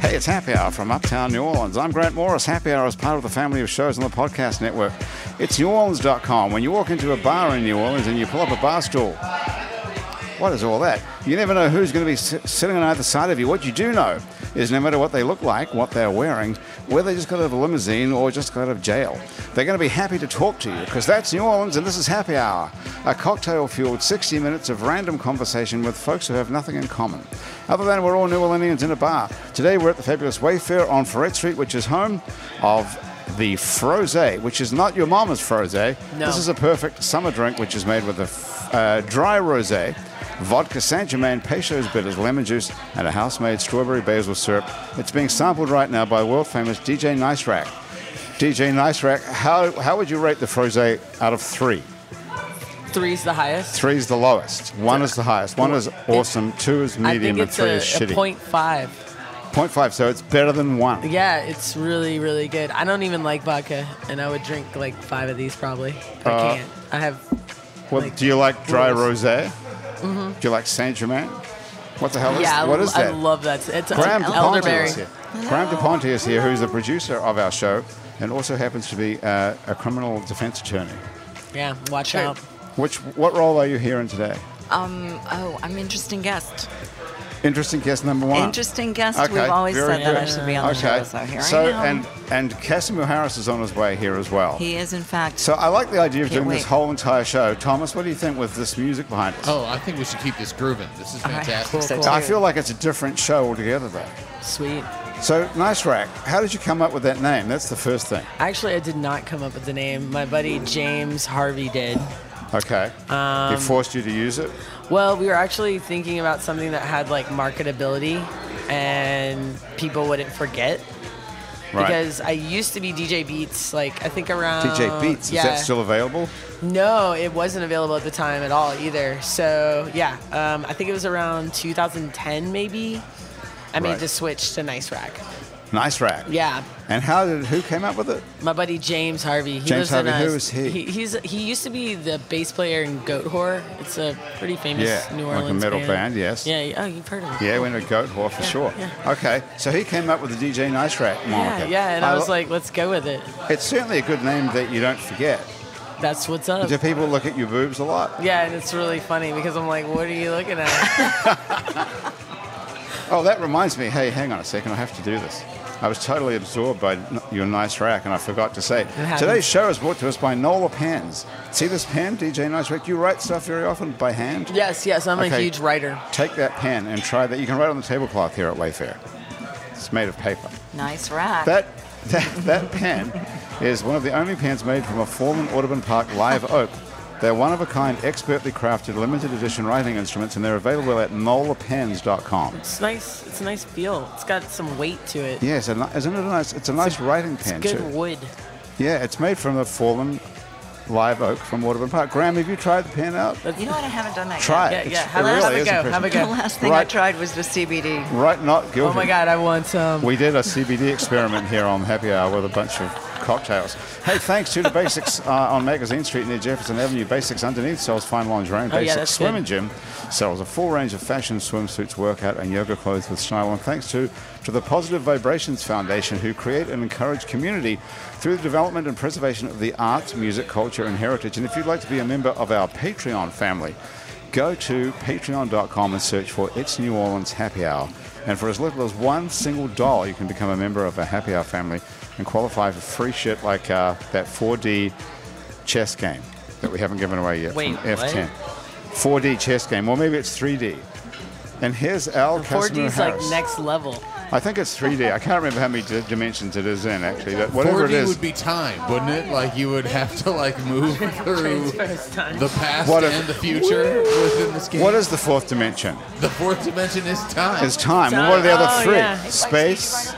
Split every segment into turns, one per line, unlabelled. Hey, it's Happy Hour from Uptown New Orleans. I'm Grant Morris. Happy Hour is part of the family of shows on the podcast network. It's neworleans.com. When you walk into a bar in New Orleans and you pull up a bar stool, what is all that? You never know who's going to be s- sitting on either side of you. What you do know is no matter what they look like, what they're wearing, whether they just got out of a limousine or just got out of jail, they're going to be happy to talk to you because that's New Orleans and this is Happy Hour, a cocktail fueled 60 minutes of random conversation with folks who have nothing in common. Other than we're all New Orleanians in a bar. Today we're at the fabulous Wayfair on Ferret Street, which is home of the froze, which is not your mama's froze. This is a perfect summer drink, which is made with a f- uh, dry rosé, vodka Saint Germain, Peychaud's bitters, lemon juice, and a house-made strawberry basil syrup. It's being sampled right now by world-famous DJ Nice Rack. DJ Nice Rack, how, how would you rate the froze out of three?
Three's the highest.
Three's the lowest. One is the highest. One is awesome. Two is
I
medium,
think
and
it's
three
a,
is
a
shitty.
point five.
Point five, so it's better than one.
Yeah, it's really, really good. I don't even like vodka, and I would drink like five of these probably. But
Uh,
I can't. I have.
Well,
like,
do you like dry
rules.
rosé? Do you like Saint Germain? What the hell is
Yeah, I,
what
l-
is
I
that?
love that. It's an
Graham DePonte
elderberry.
is here. Graham DePonte is here, who's the producer of our show, and also happens to be uh, a criminal defense attorney.
Yeah, watch out.
Which what role are you here in today?
Oh, I'm interesting guest.
Interesting guest number one.
Interesting guest.
Okay,
We've always
very
said that I
good.
should be on the
okay.
show, so here I am.
and and Casimir Harris is on his way here as well.
he is, in fact.
so I like the idea of
Can't
doing this
wait.
whole entire show. Thomas, what do you think with this music behind us?
Oh, I think we should keep this grooving. This is
I think
fantastic.
so,
Cool,
I
too.
feel like it's a different show altogether, though.
Sweet.
So, Nice Rack, how did you come up with that name? That's the first thing.
Actually, I did not come up with the name. My buddy James Harvey did.
Okay. he forced you to use it?
Well, we were actually thinking about something that had like marketability and people wouldn't forget. Because I used to be DJ Beats, like I think around
DJ Beats, is
yeah.
that still available?
No, it wasn't available at the time at all either. So yeah, um, I think it was around 2010 maybe. I made
Right.
the switch to Nice Rack.
Nice rack.
Yeah,
And how did who came up with it?
my buddy James Harvey. He
James
lives in
Harvey,
a-
who is he?
He's he used to be the bass player in Goat Whore. It's a pretty famous
Yeah,
New
like a
Orleans
metal band, yes.
Yeah. yeah, Oh, you've heard of him.
Yeah, we went to Goat Whore for sure. Okay, so he came up with the DJ Nice Rack
Yeah,
moniker.
yeah, and I was
lo-
like, let's go with it.
it's certainly a good name that you don't forget.
That's what's up.
Do people look at your boobs a lot?
Yeah, and it's really funny because I'm like, what are you looking at?
Oh, that reminds me. Hey, hang on a second. I have to do this. I was totally absorbed by n- your nice rack, and I forgot to say.
happens.
Today's show is brought to us by Nola Pens. See this pen, DJ Nice Rack? You write stuff very often by hand.
yes, yes, I'm a
Okay.
huge writer.
Take that pen and try that. You can write on the tablecloth here at Wayfair. It's made of paper.
nice rack.
That that, that pen is one of the only pens made from a fallen Audubon Park live oak. They're one of a kind, expertly crafted, limited edition writing instruments, and they're available at nolapens.com.
It's nice. It's a nice feel. It's got some weight to it.
Yes, and li- isn't it a nice? It's a nice writing pen
Good
too.
wood.
Yeah, it's made from the fallen live oak from Audubon Park. Graham, have you tried the pen out?
you know what? I haven't done that
Try
Yeah,
it.
yeah.
It's-
Have, a-
it
have
really
a
is
go. Have a
yet. The
go.
last thing I
Right.
tried was the CBD.
Right, not guilty.
Oh my God, I want some.
We did a CBD experiment here on Happy Hour with a bunch of cocktails. Hey, thanks to the Basics uh, on Magazine Street near Jefferson Avenue. Basics underneath sells fine lingerie. And
Oh, yeah,
Basics
that's
Swim
good.
and Gym sells a full range of fashion, swimsuits, workout, and yoga clothes with style. And thanks to to the Positive Vibrations Foundation, who create and encourage community through the development and preservation of the arts, music, culture, and heritage. And if you'd like to be a member of our Patreon family, go to patreon.com and search for It's New Orleans Happy Hour. And for as little as one single dollar, you can become a member of our Happy Hour family and qualify for free shit like uh, that 4D chess game that we haven't given away yet
Wait,
from F10. 4D chess game, or maybe it's 3D. And here's Al Casimir
4D's like
Harris.
next level.
I think it's 3D. I can't remember how many d- dimensions it is in actually, but whatever
4D
it is.
would be time, wouldn't it? Like you would have to like move through the past
What if-
and the future within this game.
what is the fourth dimension?
the fourth dimension? Is time.
It's time. And what are the
Time.
other
Oh,
three?
yeah.
Space.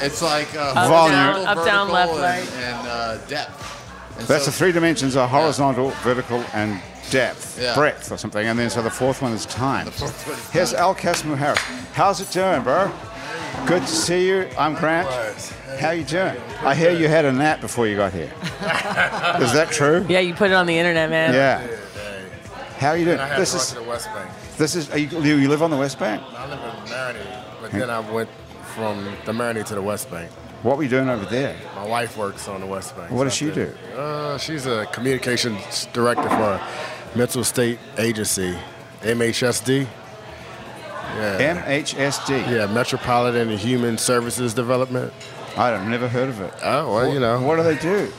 It's like uh,
Volume.
horizontal,
Up, down, up, down,
vertical,
left,
and, and uh, depth. And
That's
so
the three dimensions are horizontal, vertical, and depth,
Yeah.
breadth, or something. And then so the fourth one is time.
fourth one is
Here's Al Casimir Harris. How's it doing, bro? Good to see you. I'm Grant. How you doing? I hear you had a nap before you got here. is that true?
Yeah, you put it on the internet, man.
Yeah. How are you doing?
I had
This
to walk
is
to the West Bank.
this is. Are you, you live on the West Bank.
I live in Marinette, but then I went from the Marinate to the West Bank.
What were you doing over there?
My wife works on the West Bank.
What does
out
she
there. Uh, she's a communications director for a mental state agency, MHSD.
MHSD.
Yeah, Metropolitan Human Services Development.
I've never heard of it.
Oh, well, you know.
What do they do?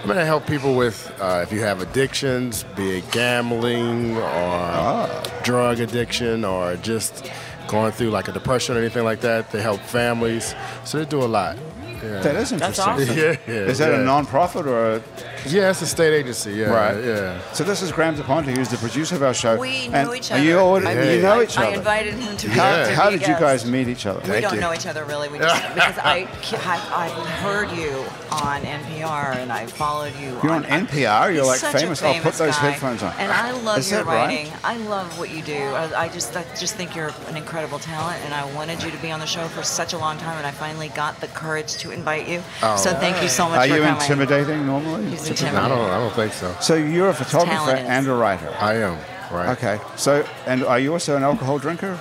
I'm going to help people with uh, if you have addictions, be it gambling or
Ah.
drug addiction or just going through like a depression or anything like that. They help families. So they do a lot.
That is
That's
interesting.
awesome.
Yeah, yeah,
Is that a
yeah.
non-profit or a,
Yeah, it's a state agency. Yeah,
Right.
Yeah.
so? This is Graham DePonte, who's the producer of our show.
We
and
knew each
are
other.
You, all,
I
you
mean,
know
I-
each other.
I invited him to be
how
to
how
be a
did you guys
guest.
meet each other?
We
Thank
don't
you.
know each other really. We just because I I- I've heard you on NPR and I followed you.
You're on NPR? You're
He's
like
such a
famous. Oh, put
famous
those
guy.
headphones on.
And I love
Is
your
that right?
writing. I love what you do. I, I just I just think you're an incredible talent, and I wanted you to be on the show for such a long time, and I finally got the courage to invite you. so thank you so much.
Are
for
you
coming.
intimidating normally?
He's
Typically?
I
intimidating.
don't. I don't think so.
So you're a photographer
talent is-
and a writer.
I am. Right.
Okay. So, and are you also an alcohol drinker?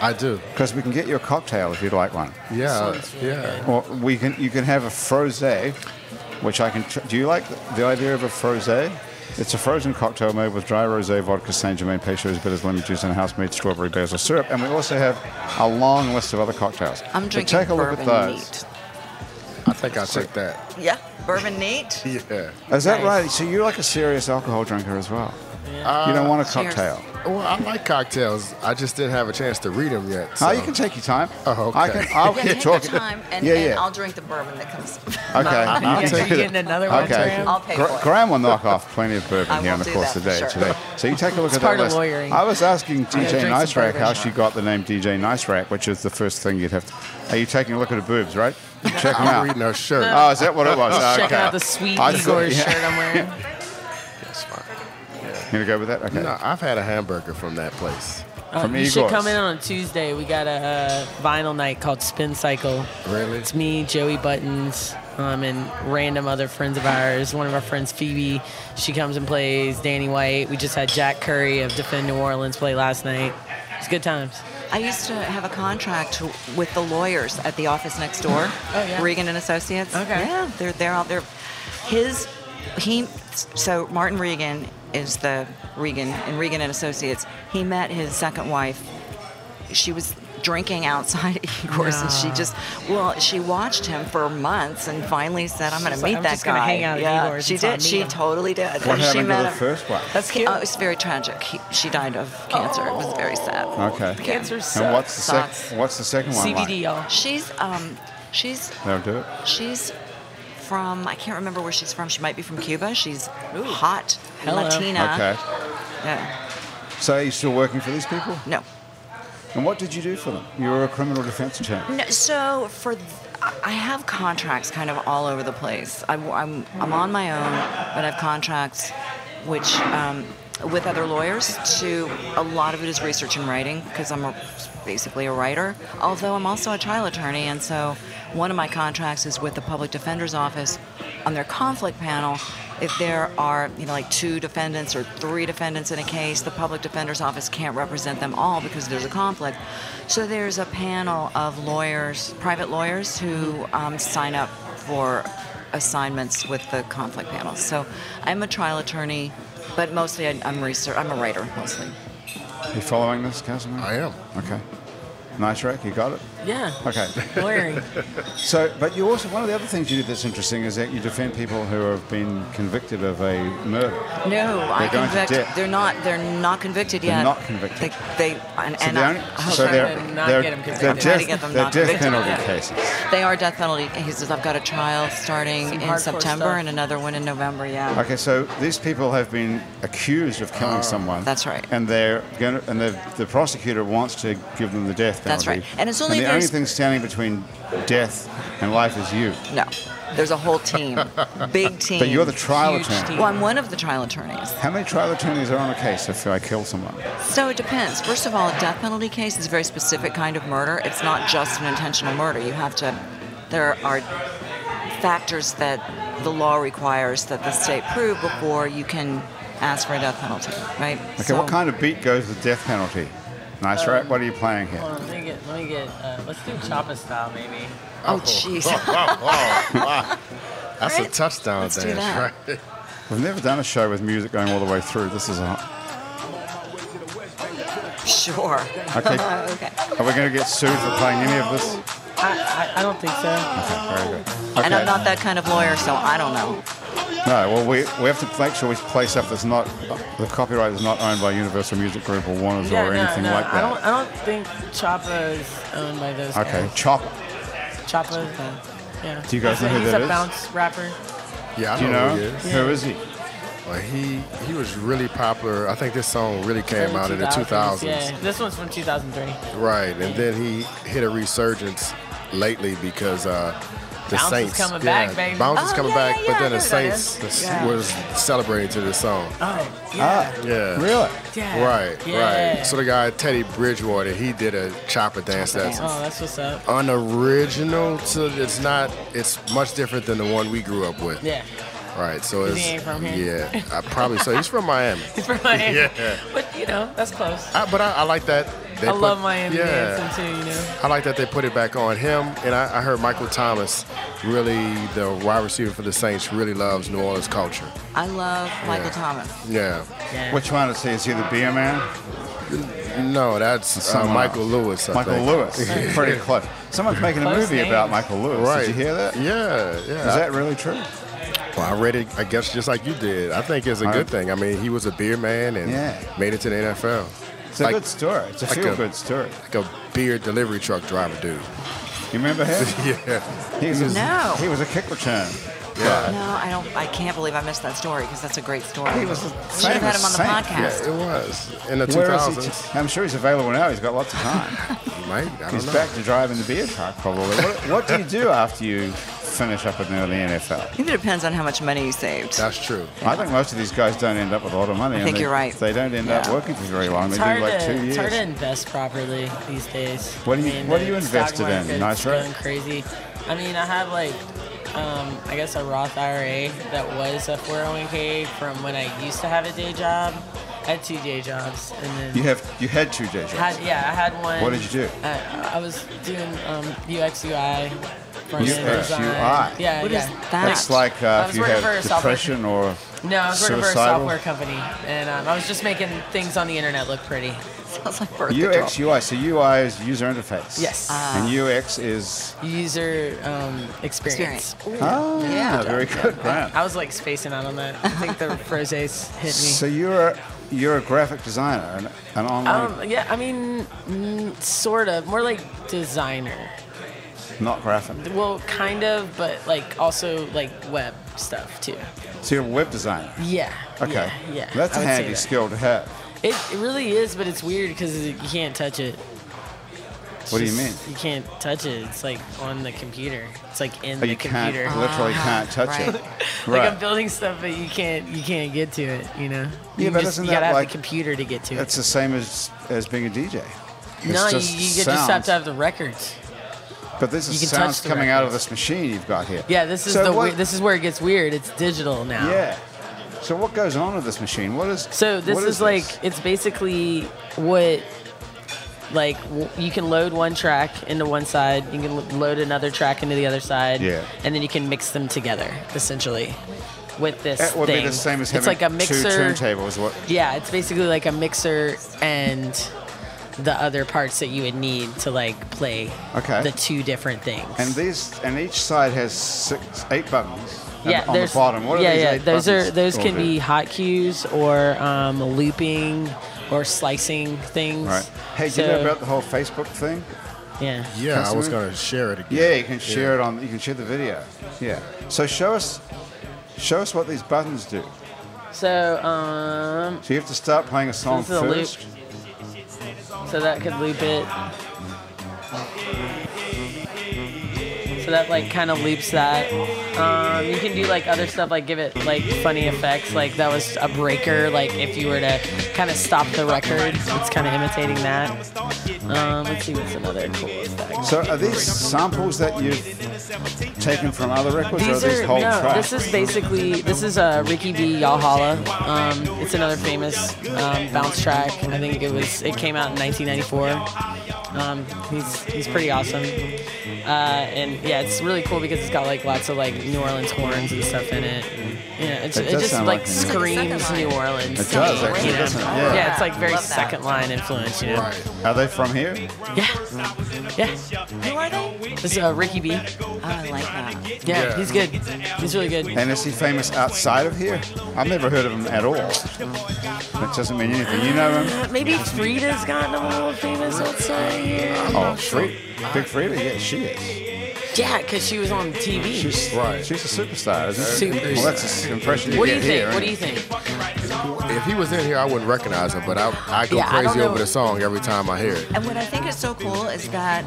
I do.
Because we can get you a cocktail if you'd like one.
Yeah.
Sounds really
yeah.
Or we can. You can have a frosé, which I can. Tr- do you like the, the idea of a frosé? It's a frozen cocktail made with dry rosé, vodka, Saint Germain, pechoz, bitters, lemon juice, and house-made strawberry basil syrup. And we also have a long list of other cocktails.
I'm
But
drinking
take a look at
bourbon
those.
I think I'll take that.
neat. Yeah, bourbon neat.
Yeah.
Is that
Nice.
right? So you're like a serious alcohol drinker as well.
Uh,
you don't want a
Cheers.
cocktail.
Well, I like cocktails. I just didn't have a chance to read them yet.
Oh,
so-
you can take your time.
Oh, okay.
I can. I'll
Yeah,
keep
take
talking.
your time, and,
yeah,
and
yeah.
I'll drink the bourbon that comes.
Okay.
Yeah,
You
you're
take it.
getting another one, Graham?
I'll pay
Gra-
for it.
Graham will knock off plenty of bourbon
I
here in
will
the
do
course
that
of the day
for sure.
today. So you take a look at
part
that
of
list.
lawyering.
I was asking
gotta
DJ
drink some
Nicerack how
bourbon.
she got the name DJ Nicerack, which is the first thing you'd have. To, are you taking a look at her boobs, right? You Check them
I'm
out.
reading her shirt.
Oh, is that what it was? Oh,
Checking
okay.
out the sweet
I
Igor
thought- yeah.
shirt I'm wearing.
That's fine.
You gonna go with that? Okay.
No, I've had a hamburger from that place.
Uh,
From
you should
Igor's.
come in on a Tuesday. We got a, uh vinyl night called Spin Cycle.
Really?
It's me, Joey Buttons, um, and random other friends of ours. One of our friends, Phoebe, she comes and plays Danny White. We just had Jack Curry of Defend New Orleans play last night. It's good times.
I used to have a contract with the lawyers at the office next door,
Oh, yeah.
Regan and Associates.
Okay.
Yeah, they're they're out there. His he so Martin Regan is the Regan and Regan and Associates. He met his second wife. She was drinking outside Igor's, and she
No.
just well, she watched him for months, and finally said, "I'm going
She's
to
like,
meet
"I'm
that
just
guy."
gonna hang out at
yeah,
Igor's
she
until I
did.
meet
She
him.
totally did.
What
And she
happened to
met
the
him.
first one?
That's cute.
Oh, it was very tragic. He, she died of cancer. It was very sad.
Okay.
Cancer
And
sucks.
what's the
Sucks.
second? What's the second one
CBD,
like?
y'all.
She's um, she's
They'll do it.
she's from I can't remember where she's from. She might be from Cuba. She's hot
Hello.
Latina.
Uh-huh.
Okay.
Yeah.
So are you still working for these people?
No.
And what did you do for them? You were a criminal defense attorney.
No. So for th- I have contracts kind of all over the place. I, am I'm on my own, but I have contracts which um, with other lawyers. To a lot of it is research and writing because I'm a, basically a writer. Although I'm also a trial attorney, and so one of my contracts is with the public defender's office on their conflict panel. If there are, you know, like two defendants or three defendants in a case, the public defender's office can't represent them all because there's a conflict. So there's a panel of lawyers, private lawyers, who um, sign up for assignments with the conflict panel. So I'm a trial attorney, but mostly I, I'm research. I'm a writer mostly.
You following this, Casimir?
I am.
Okay. Nice rack, you got it?
Yeah.
Okay.
Lawyering.
So, but you also, one of the other things you do that's interesting is that you defend people who have been convicted of a murder.
No, I
going to
convict.
jail.
They're not. They're not convicted
They're
yet.
not convicted.
They, they and,
So
and
they're
I, oh,
only-
I hope
so
so.
they're,
to not
they're,
get them convicted.
they're
I'm trying
death,
to get them
they're
not
death
convicted.
penalty
Yeah.
cases.
they are death penalty. He says I've got a trial starting
Some
in
hardcore
September
stuff.
and another one in November. Yeah.
Okay, so these people have been accused of
Ah.
killing someone.
that's right.
And they're going to, and the, the prosecutor wants to give them the death penalty.
That's right. And it's only
the
very
only
sp-
thing standing between death and life is you.
No, there's a whole team, big team.
But you're the trial
Huge
attorney.
team.
Well, I'm one of the trial attorneys.
How many trial attorneys are on a case if I kill someone?
So it depends. First of all, a death penalty case is a very specific kind of murder. It's not just an intentional murder. You have to, there are factors that the law requires that the state prove before you can ask for a death penalty, right?
Okay, what kind of beat goes with death penalty? Nice,
Um,
right? What are you playing here?
Hold on, let me get, let me get, uh, let's do Choppa style maybe.
Oh, jeez.
That's a
Right?
touchdown
Let's do
dance,
that.
right?
We've never done a show with music going all the way through. This is a.
Sure.
Okay.
Uh, okay.
Are we going to get sued for playing any of this?
I, I, I don't think so.
Very good. Okay.
And I'm not that kind of lawyer, so I don't know.
No, well, we, we have to make sure we play stuff that's not. The copyright is not owned by Universal Music Group or Warner's
Yeah,
or
no,
anything
no,
like
I don't,
that.
I don't think Choppa is owned by those
Okay,
guys.
Chop.
Choppa, yeah.
Do you guys
he's
know
a,
who
he's
that
a
is?
bounce rapper.
Yeah, I
Do you know?
who he is.
Who is he?
Well, he he was really popular. I think this song really came out in the 2000s.
Yeah, this one's from 2003.
Right, and then he hit a resurgence lately because uh, the
Bounce is
Saints.
coming
yeah,
back, baby.
Bounce is
Oh,
coming
yeah,
back,
yeah,
but
yeah,
then
I
the
know who that
Saints
is.
was-
Yeah.
was celebrating to this song.
Oh,
Ah,
yeah.
Yeah.
really?
yeah.
Right,
yeah.
right. So the guy Teddy Bridgewater, he did a chopper dance
Chopper
that's
Oh, that's what's up.
unoriginal. So it's not. It's much different than the one we grew up with.
Yeah.
Right. So
Is
it's
he ain't from here?
yeah, I probably so. He's from Miami.
He's from Miami.
Yeah.
But, you know, that's close.
I, but I, I like that. They
I
put-
love Miami dancing too, you know.
I like that they put it back on him, and I, I heard Michael Thomas, really the wide receiver for the Saints, really loves New Orleans culture.
I love Michael Thomas.
Yeah,
Yeah.
Which one is he? Is he the beer man?
no, that's uh,
Someone
Michael
else.
Lewis. I
Michael
think.
Lewis. Pretty close. Someone's making a
Close
movie about
names.
Michael Lewis.
Right?
Did you hear that? Is
Yeah, yeah.
that really true?
Well, I read it. I guess just like you did. I think it's a good thing. I mean, he was a beer man and
Uh-huh. Yeah.
made it to the NFL.
It's a
Like-
good story. It's a
like a-
feel good story.
Like a beer delivery truck driver dude.
You remember him?
yeah.
He was a,
No.
He was a kick return.
Yeah.
No, I don't. I can't believe I missed that story because that's a great story.
He was a
Should have had
famous
him on the
saint.
podcast.
Yeah, it was in the
Where is
2000s.
he? t- I'm sure he's available now. He's got lots of time.
He might. I don't
he's
know.
back to driving the beer truck, probably. What, what do you do after you finish up in the early NFL?
I think it depends on how much money you saved.
That's true.
I think most of these guys don't end up with a lot of money. and
think
they,
you're right.
They don't end up
Yeah.
working for very long. They
It's
do
hard,
like
to,
two
it's hard to
years.
invest properly these days.
What do you-
I mean,
what do
the
you invested
stock
in?
market's
Nice, right?
going crazy. I mean, I have like, um, I guess a Roth IRA that was a 401k from when I used to have a day job. I had two day jobs, and then
You have you had two days.
had yeah, I had one.
What did you do?
I, I was doing um, UX UI. front end
UX,
design.
UI.
Yeah,
What
yeah.
is that?
That's like uh,
was
if you
working
have
for a software-
depression or
No, I was working for a
Suicidal?
software company, and um, I was just making things on the internet look pretty.
Sounds like birth control.
UX UI. So UI is user interface.
Yes.
and UX is
User um, experience.
Experience.
oh yeah, very good. Graham.
I was like spacing out on that. I think the rosés hit me.
So you're a, you're a graphic designer, an, an online,
um, yeah, I mean, mm, sort of, more like designer.
not graphic.
Well, kind of, but like also like web stuff too.
So you're a web designer.
Yeah.
Okay.
Yeah. yeah
That's
I
a
would say
handy
that.
skill to have.
It, it really is, but it's weird because you can't touch it. It's
What do you
just-
mean?
You can't touch it. It's like on the computer. It's like in
But Oh,
the
you can't,
computer. Ah,
literally can't touch it.
Like
Right.
I'm building stuff, but you can't you can't get to it. You know.
Yeah,
you
but
just,
isn't
you
that
gotta have
like-
the computer to get to it.
It's the same as as being a DJ. It's
No, you,
just
you just have
sounds.
to have the records.
But this
you
is
can
sounds
touch the
coming out of
records.
this machine you've got here.
Yeah, this is
So
the
what-
we- this is where it gets weird. It's digital now.
Yeah. So what goes on with this machine? What is
So this
what
is, like it's basically what like w- you can load one track into one side, you can lo- load another track into the other side,
Yeah.
and then you can mix them together essentially with this
That would
thing.
be the same as having
it's like a
two
mixer.
turntables. What?
yeah, it's basically like a mixer and the other parts that you would need to like play
Okay.
the two different things.
And these and each side has six, eight buttons. and
yeah,
on the
there's-
bottom. What are
yeah,
these
yeah.
eight
those
buttons
are those
all
can
do?
be hotkeys or um, looping or slicing things.
Right. Hey, do you know about the whole Facebook thing?
yeah.
Yeah, I was
Customer?
gonna share it again.
Yeah, you can share it on. You can share the video. Yeah. So show us, show us what these buttons do.
So um,
So you have to start playing a song
this is a loop.
first.
So that could loop it. So that like kind of loops that. Um, you can do like other stuff, like give it like funny effects, like that was a breaker. Like if you were to kind of stop the record, it's kind of imitating that. Um, let's see what's another cool effect.
So are these samples that you've taken from other records,
These
or are these
are
whole
no.
tracks?
This is basically this is uh, Ricky B. Yalhalla. Um, it's another famous um, bounce track. I think it was it came out in 1994. Um, he's he's pretty awesome. Uh, and yeah, it's really cool because it's got like lots of like New Orleans horns and stuff in it. And, yeah, it's,
That
it
does
just
sound
like,
like New
Orleans.
screams New Orleans.
It does, actually,
you know?
doesn't it? Yeah.
Yeah. it's like very
Love that.
second line influence. You know?
Right.
Are they from here?
Yeah, yeah.
Who are they?
This is uh, Ricky B. Yeah,
Oh, I like that.
Yeah.
he's good. He's really good.
And is he famous outside of here? I've never heard of him at all. That doesn't mean anything. You know him?
Maybe Frida's gotten a little famous outside here.
Oh, Frida. Big Frida? Yeah, she is.
Yeah, because she was on TV.
She's,
Right.
she's a superstar, isn't she?
Superstar.
Well, that's the impression you
what do
get
you
here.
think? What do you
ain't
think?
If he was in here, I wouldn't recognize him, but I, I go
Yeah, I don't
crazy over
know.
the song every time I hear it.
And what I think is so cool is that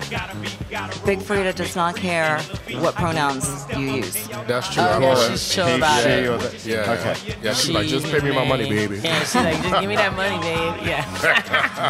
Big Frida does not care what pronouns you use.
That's true.
Oh,
I
yeah,
love
it?
she's
it.
chill
He,
about
she,
it.
or the-
Yeah.
Okay.
Yeah, she's like, just pay me my money,
may-
baby.
Yeah, she's like, just give me that money, babe. Yeah.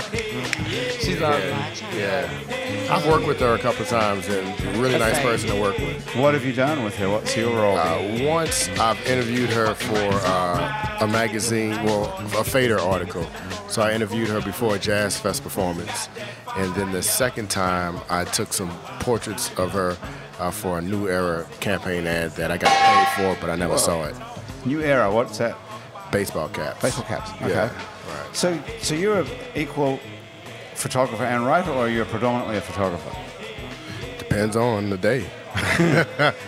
she's awesome.
Yeah. I've worked with her a couple of times and really
That's
nice
right.
person to work with.
What have you done with her? What's your role?
Uh, once I've interviewed her for uh, a magazine, well, a Fader article. So I interviewed her before a Jazz Fest performance. And then the second time, I took some portraits of her uh, for a New Era campaign ad that I got paid for, but I never saw it.
New era. What's that?
Baseball caps.
Baseball caps. Okay.
Yeah. Right.
So, so you're an equal photographer and writer, or you're predominantly a photographer?
Depends on the day.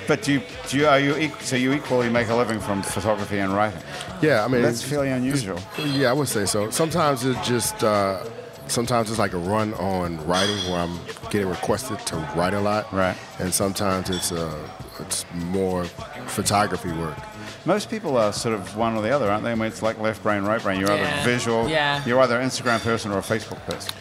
But do you, do you are you equ- so you equally make a living from photography and writing?
Yeah, I mean
That's fairly unusual.
Yeah, I would say so. Sometimes it just uh, sometimes it's like a run on writing where I'm getting requested to write a lot.
Right.
And sometimes it's uh, it's more photography work.
Most people are sort of one or the other, aren't they? I mean, it's like left brain, right brain. You're
Yeah.
either visual,
Yeah.
you're either an Instagram person or a Facebook person.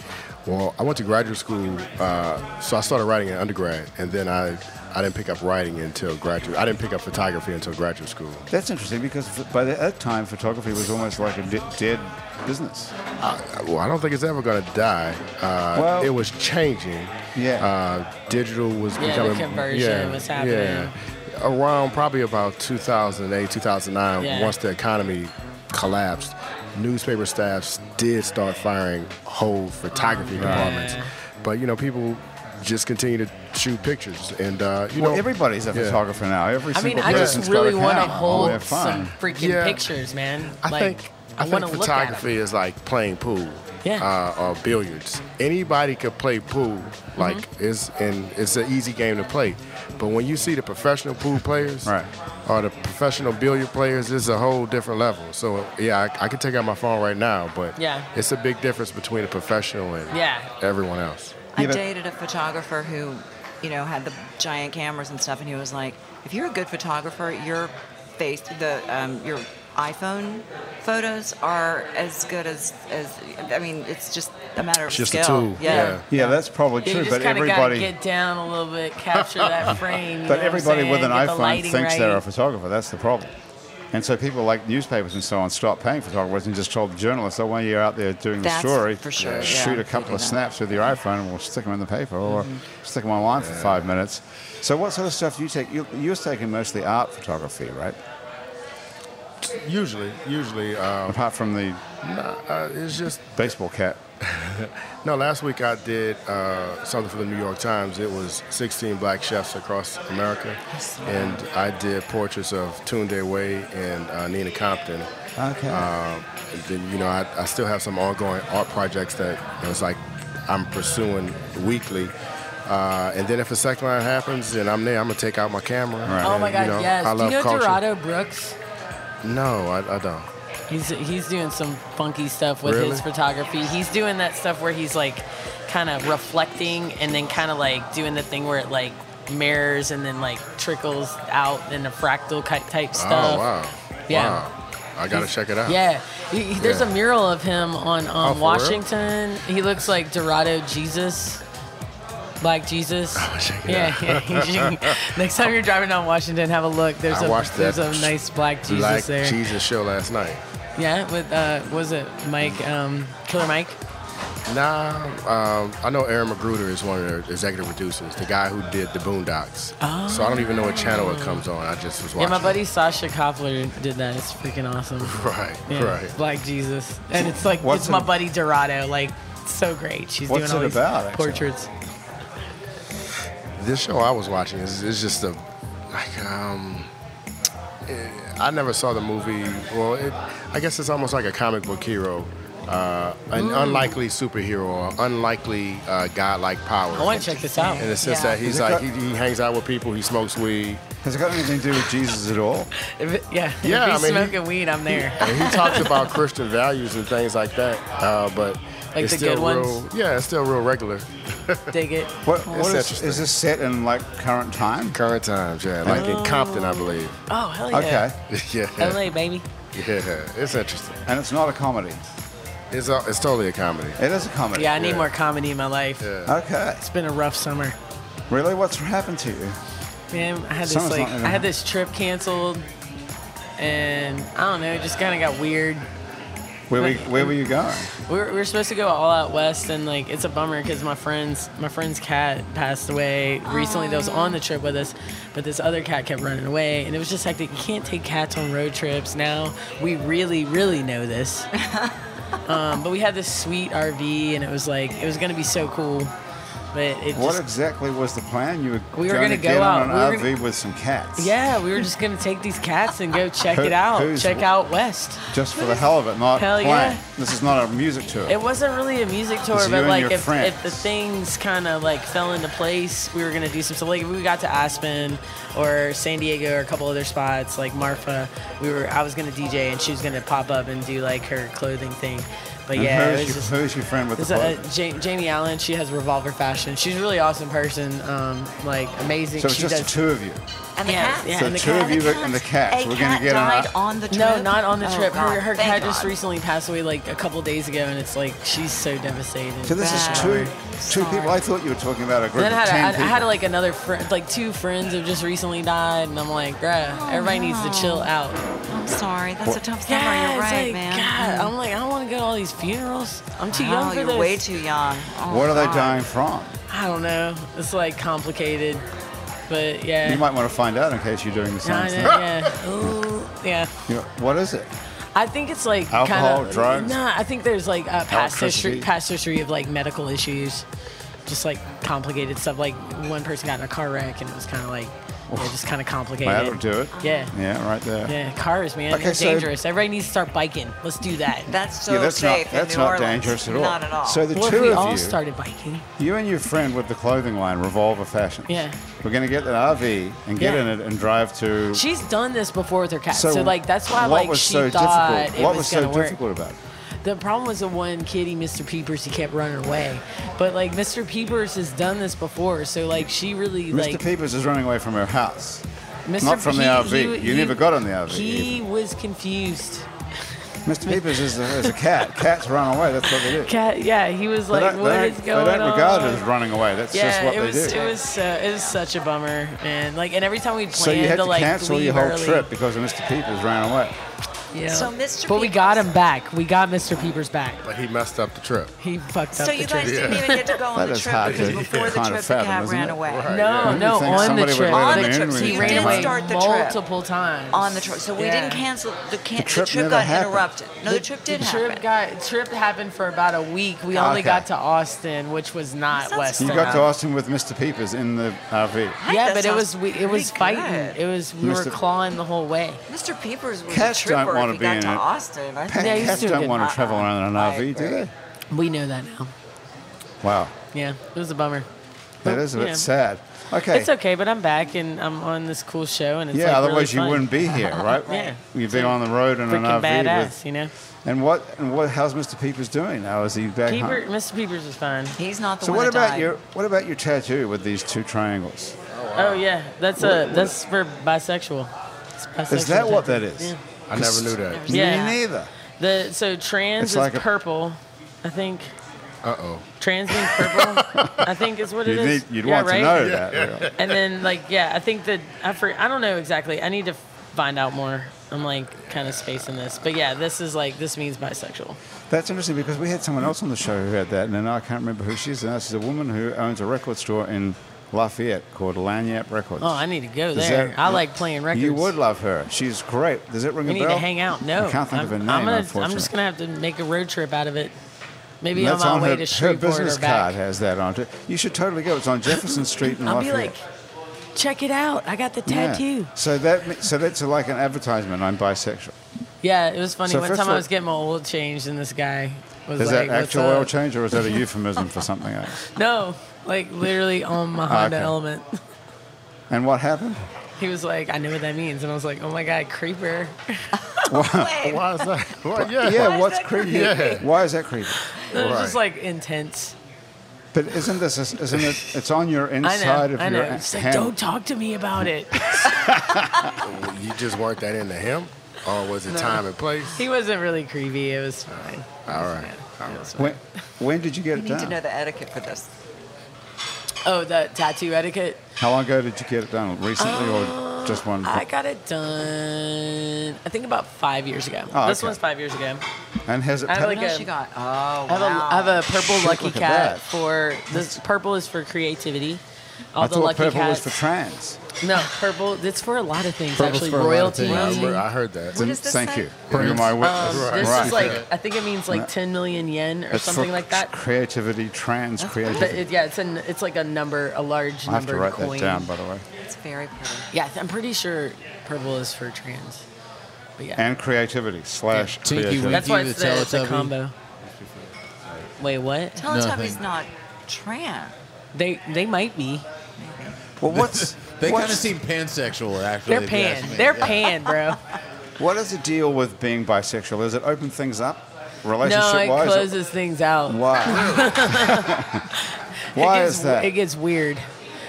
Well, I went to graduate school, uh, so I started writing in undergrad, and then I I didn't pick up writing until graduate. I didn't pick up photography until graduate school.
That's interesting because f- by that time, photography was almost like a de- dead business.
I, well, I don't think it's ever going to die. Uh,
Well-
it was changing.
Yeah.
Uh, digital was
the
becoming.
conversion was happening.
Yeah. Around probably about 2008, 2009,
Yeah.
once the economy collapsed, newspaper staffs did start firing whole photography departments.
Yeah.
But, you know, people just continue to shoot pictures. And, uh, you
well,
know,
everybody's a
yeah.
photographer now. Every
I mean,
single
I just
person's
really
got a
want to
camera. Oh, they're
hold
fun.
some freaking
Yeah.
pictures, man.
I
like,
think
I,
I,
want
think
to look at them.
photography is like playing pool.
Yeah.
Uh, or billiards. Anybody could play pool.
Mm-hmm.
Like it's and it's an easy game to play. But when you see the professional pool players
Right.
or the professional billiard players, it's a whole different level. So yeah, I, I could take out my phone right now, but
Yeah.
it's a big difference between a professional and
Yeah.
everyone else.
I
Yeah, but-
dated a photographer who, you know, had the giant cameras and stuff, and he was like, "If you're a good photographer, your face, the um, your iPhone photos are as good as as I mean, it's just a matter of
It's just a
skill."
tool, yeah.
Yeah, that's probably
Yeah,
true.
you just
But
kind of got to
everybody,
get down a little bit, capture that frame. you know
but
what I'm
everybody with
saying?
an
Get the
iPhone
lighting
thinks they're a
right.
photographer. That's the problem. And so people like newspapers and so on stopped paying photographers and just told journalists, "Oh, while you're out there doing
That's
the story,
for sure, yeah,
shoot
they
a couple
do
of
that.
snaps with your iPhone, and we'll stick them in the paper or
Mm-hmm.
stick them online for five minutes." So, what sort of stuff do you take? You, you're taking mostly art photography, right?
Usually, usually, um,
Apart from the
uh, it's just
baseball cap.
No, last week I did uh, something for the New York Times. It was 16 black chefs across America. And I did portraits of Tunde Way and uh, Nina Compton.
Okay.
Uh, and then, you know, I, I still have some ongoing art projects that it's like I'm pursuing weekly. Uh, and then if a second line happens and I'm there, I'm going to take out my camera.
Right.
Oh my
And,
God,
you know,
yes.
I
Do you
love
know
culture.
Dorado Brooks?
No, I, I don't.
He's he's doing some funky stuff with
Really?
his photography. He's doing that stuff where he's like kind of reflecting and then kind of like doing the thing where it like mirrors and then like trickles out in a fractal ki- type stuff.
Oh, wow.
Yeah.
Wow. I got to
He's-
check it out.
Yeah, He- he- there's
Yeah.
a mural of him on
Oh,
um,
for real?
Washington. He looks like Dorado Jesus. Black Jesus.
check it
yeah, yeah. Next time you're driving down Washington, have a look. There's
I
a
watched that
there's a nice Black Jesus
Black
there.
Jesus show last night.
Yeah, with uh, was it Mike um, Killer Mike?
Nah, um, I know Aaron Magruder is one of their executive producers, the guy who did the Boondocks. So I don't even know what channel it comes on. I just was
Yeah,
watching.
my buddy Sasha Koppler did that. It's freaking awesome.
Right,
Yeah,
right.
Black Jesus, and it's like
What's
it's
it-
my buddy Dorado. Like so great. She's
What's
doing all
it
these
about, actually?
portraits.
This show I was watching is, is just a like um. eh, I never saw the movie. Well, it, I guess it's almost like a comic book hero, uh, an
Mm.
unlikely superhero, or unlikely uh, godlike power.
I want to check this out.
In the sense
Yeah.
that he's
it
like
got-
he, he hangs out with people, he smokes weed,
Has it got anything to do with Jesus at all?
If it- yeah,
Yeah, I
If he's
mean, he-
smoking weed, I'm there.
and he talks about Christian values and things like that. Uh, but
Like
it's
the
still
good
real,
ones?
Yeah, it's still real regular.
Dig it.
What, what is,
interesting.
is this set in like current time?
Current times, yeah, like in Compton, I believe.
Oh hell yeah.
Okay,
yeah,
LA baby.
yeah, it's interesting.
and it's not a comedy.
It's a, it's totally a comedy.
It is a comedy.
Yeah, I need more comedy in my life.
Okay.
It's been a rough summer.
Really, what's happened to you?
Man, I had this
Summer's
like
not gonna
I had
happen.
this trip canceled, and I don't know, it just kind of got weird.
Where were, where were you going?
We were, we were supposed to go all out west, and like it's a bummer because my friend's my friend's cat passed away recently. That was on the trip with us, but this other cat kept running away, and it was just hectic. You can't take cats on road trips now. We really, really know this. um, but we had this sweet RV, and it was like it was gonna be so cool, but it
What
just
exactly was the plan? You were
We were
going
gonna
to
go
get
out.
on an
We were
RV with some cats.
Yeah, we were just gonna take these cats and go check it out.
Who's-
Check out West.
Just for the hell of it, not
Hell
playing.
yeah.
This is not a music tour.
It wasn't really a music tour,
It's you
but
and
like
your
if,
friends.
if the things kind of like fell into place, we were gonna do some stuff. Like if we got to Aspen or San Diego or a couple other spots, like Marfa, we were I was gonna DJ and she was gonna pop up and do like her clothing thing. But
and
yeah, it
who's,
was
your,
just.
who's your friend with the
There's a,
boat?
Ja- Jamie Allen. She has Revolver Fashion. She's a really awesome person. Um, like amazing.
So it's
she
just
does,
the two of you.
And the
Yeah,
cats.
yeah,
So
and the
two
cat.
of you and the cats.
A
We're going
cat
to get
died
on.
on the trip.
No, not on the
Oh,
trip.
God,
her her
thank
cat just
God.
recently passed away like a couple days ago, and it's like she's so devastated.
So this is
Wow.
two two people. I thought you were talking about a group
then I
of ten
had, I,
people.
I had like another friend, like two friends have just recently died, and I'm like, bruh,
Oh,
everybody needs to chill out.
I'm sorry. That's a tough summer.
Yeah,
you're
it's
right,
like,
man.
God, I'm like, I don't want to go to all these funerals. I'm too young
Oh,
for
you're
this.
way too young. Oh,
what are they
God.
dying from?
I don't know. It's like complicated, but yeah.
You might want to find out in case you're doing the
I
same
know,
thing.
yeah. Ooh, yeah.
You know, What is it?
I think it's like
Alcohol,
kinda,
drugs?
Nah, I think there's like a past
Electricity?
history, past history of like medical issues, just like complicated stuff. Like one person got in a car wreck and it was kind of like, yeah, just kind of complicated.
That'll do it.
Yeah.
Yeah, right there.
Yeah, cars, man.
Okay,
They're
so-
dangerous. Everybody needs to start biking. Let's do that.
That's so
Yeah, that's
safe.
not
in
that's
New
not
Orleans.
dangerous at all.
Not at all.
So the
What if
two
we
of
all
you,
started biking?
you and your friend with the clothing line, Revolver Fashions.
Yeah.
We're going to get that RV and get
Yeah.
in it and drive to.
She's done this before with her cat, so,
So
like that's why
what
like
was
she
so
thought
difficult?
it
what
was,
was,
gonna
so
work.
difficult about it?
The problem was the one kitty, Mr. Peepers, he kept running away. But like Mr. Peepers has done this before, so like she really like
Mr. Peepers is running away from her house.
Mr.
Not from the
he-
RV.
he-
You
he-
never got on the RV
He was confused.
Mr. Peepers is a, is a cat. Cats run away. That's what they do.
Cat, yeah, he was
they
like,
don't,
"What
they
is
don't-
going
they don't
on?"
regard it as running away. That's
yeah,
just what
it
they
was
do.
it was uh, it was such a bummer, and like, and every time we planned
so you had to,
to like
cancel
leave
your whole
early,
trip because of Mr. Peepers ran away.
Yeah.
So Mr.
But we got
Peepers-
him back. We got Mr. Peepers back.
But he messed up the trip.
He fucked up
So
the
you
trip.
guys didn't even get to go on
That
the
is
trip
hard
because
to
before the
kind
trip
of
the
fathom,
cat
isn't
ran
it?
away.
Right.
No,
yeah.
You'd
no,
think
on the
somebody would
trip.
let
On
him
the
in
trip,
and
so
he
He
you
ran
ran
didn't
away
start the trip.
multiple times.
On the trip. So we
Yeah.
didn't cancel. The, can-
The trip never
got
happened.
interrupted. No, the, trip did
the trip
happen.
got trip happened for about a week. We only
Okay.
got to Austin, which was not
That sounds
West.
You
So
got to
End.
Austin with Mr. Peepers in the RV.
Heck,
Yeah,
that
but it
sounds
was we, it was
pretty
fighting.
good.
It was we were
Mr.
clawing the whole way.
Mr. Peepers was
Cats
a tripper.
don't wanna
if he
be
got
in
to
it.
Austin. I think.
Yeah, he's
Cats
doing
don't
good.
want to travel around in an
I
RV, do
agree.
they?
We know that now.
Wow,
Yeah, it was a bummer.
that is a bit
Yeah.
sad. Okay.
It's okay, but I'm back and I'm on this cool show and it's
Yeah,
like
otherwise
really
you
fun.
wouldn't be here, right?
Yeah.
You'd be on the road in an
freaking
RV.
badass,
With,
you know.
and what? And what? How's Mr. Peepers doing now? Is he back
Peeper,
home?
Mr. Peepers was fine.
He's not the
So
one
what
that
about
died.
your what about your tattoo with these two triangles?
Oh yeah, that's a that's for bisexual. It's bisexual
Is that what that
tattoo.
is?
I never knew that.
Yeah.
Me neither.
The so trans
It's
is
like a-
purple, I think.
Uh oh.
Trans means purple. I think is what
You
it is.
need, you'd
Yeah,
want
right?
to know that. really.
And then like yeah, I think that I for, I don't know exactly. I need to find out more. I'm like kind of spacing this, but yeah, this is like this means bisexual.
That's interesting because we had someone else on the show who had that, and then I can't remember who she is. Now she's a woman who owns a record store in Lafayette called Lanyap Records.
Oh, I need to go
Does
there.
that-
I like playing records.
You would love her. She's great. Does it ring
We
a
need
bell?
to hang out. No,
I can't think of her name.
I'm, gonna,
unfortunately.
I'm just gonna have to make a road trip out of it. Maybe
That's
on
on
my way
her,
to
her
Shreveport
business
or back.
card has that on it. You should totally go. It's on Jefferson Street in
I'll be
Lafayette.
like, check it out. I got the
Yeah.
tattoo.
So that me- so that's like an advertisement. I'm bisexual.
Yeah, it was funny.
So
One
first
time
of all-
I was getting my oil changed, and this guy was
Is
like,
that actual
What's
oil
up?"
change or is that a euphemism for something else?
No, like literally on my Honda
Ah, okay.
Element.
And what happened?
He was like, "I know what that means," and I was like, "Oh my god, creeper!"
Why is that? Why, yeah.
Yeah, what's creepy?
Yeah.
Why is that creepy?
It was
Right.
just like intense.
But isn't this isn't it? It's on your
I know.
inside of
I know.
your
It's like,
hand.
don't talk to me about it.
You just weren't that into him? Or was it time and place?
he wasn't really creepy. It was fine.
All right.
It was fine.
when, when did you get it
You need to know
done?
the etiquette for this.
Oh, the tattoo etiquette.
How long ago did you get it done? Recently or just one?
Uh, I got it done. I think about five years ago.
Oh,
this
okay.
one's five years ago.
and has it?
I have,
pa-
like,
What else
Good.
you got? Oh, wow.
I have, a, I have a purple
Shit,
lucky
look at that.
cat for this. Purple is for creativity. All
I
the
thought
lucky
purple
cats.
was for trans.
no, purple. It's for a lot of things.
Purple's
actually,
for a lot of
royalty.
things.
I, remember- I heard that.
does this
Thank
say?
you. You're my witness.
Um,
right.
This is like I think it means like 10 million yen or
It's for
something like that. Uh-huh.
Creativity, trans
But
creativity.
it, yeah, it's an it's like a number, a large
I have to
number
write
coin.
that down, by the way.
It's very pretty.
yeah, I'm pretty sure purple is for trans. But yeah,
And creativity slash
Tinky
creativity.
Winky.
that's why
you
it's
the
the, it's a
Teletubby?
combo. Wait, what?
Teletubby's
Nothing.
not trans.
They they might be.
Well, what's
They kind of
what's,
seem pansexual, actually.
They're
if you ask
pan.
me.
They're
Yeah.
pan, bro.
what is the deal with being bisexual? Is it open things up, relationship
no, it
wise?
closes things out.
Why? Why
it
is
gets,
that?
It gets weird.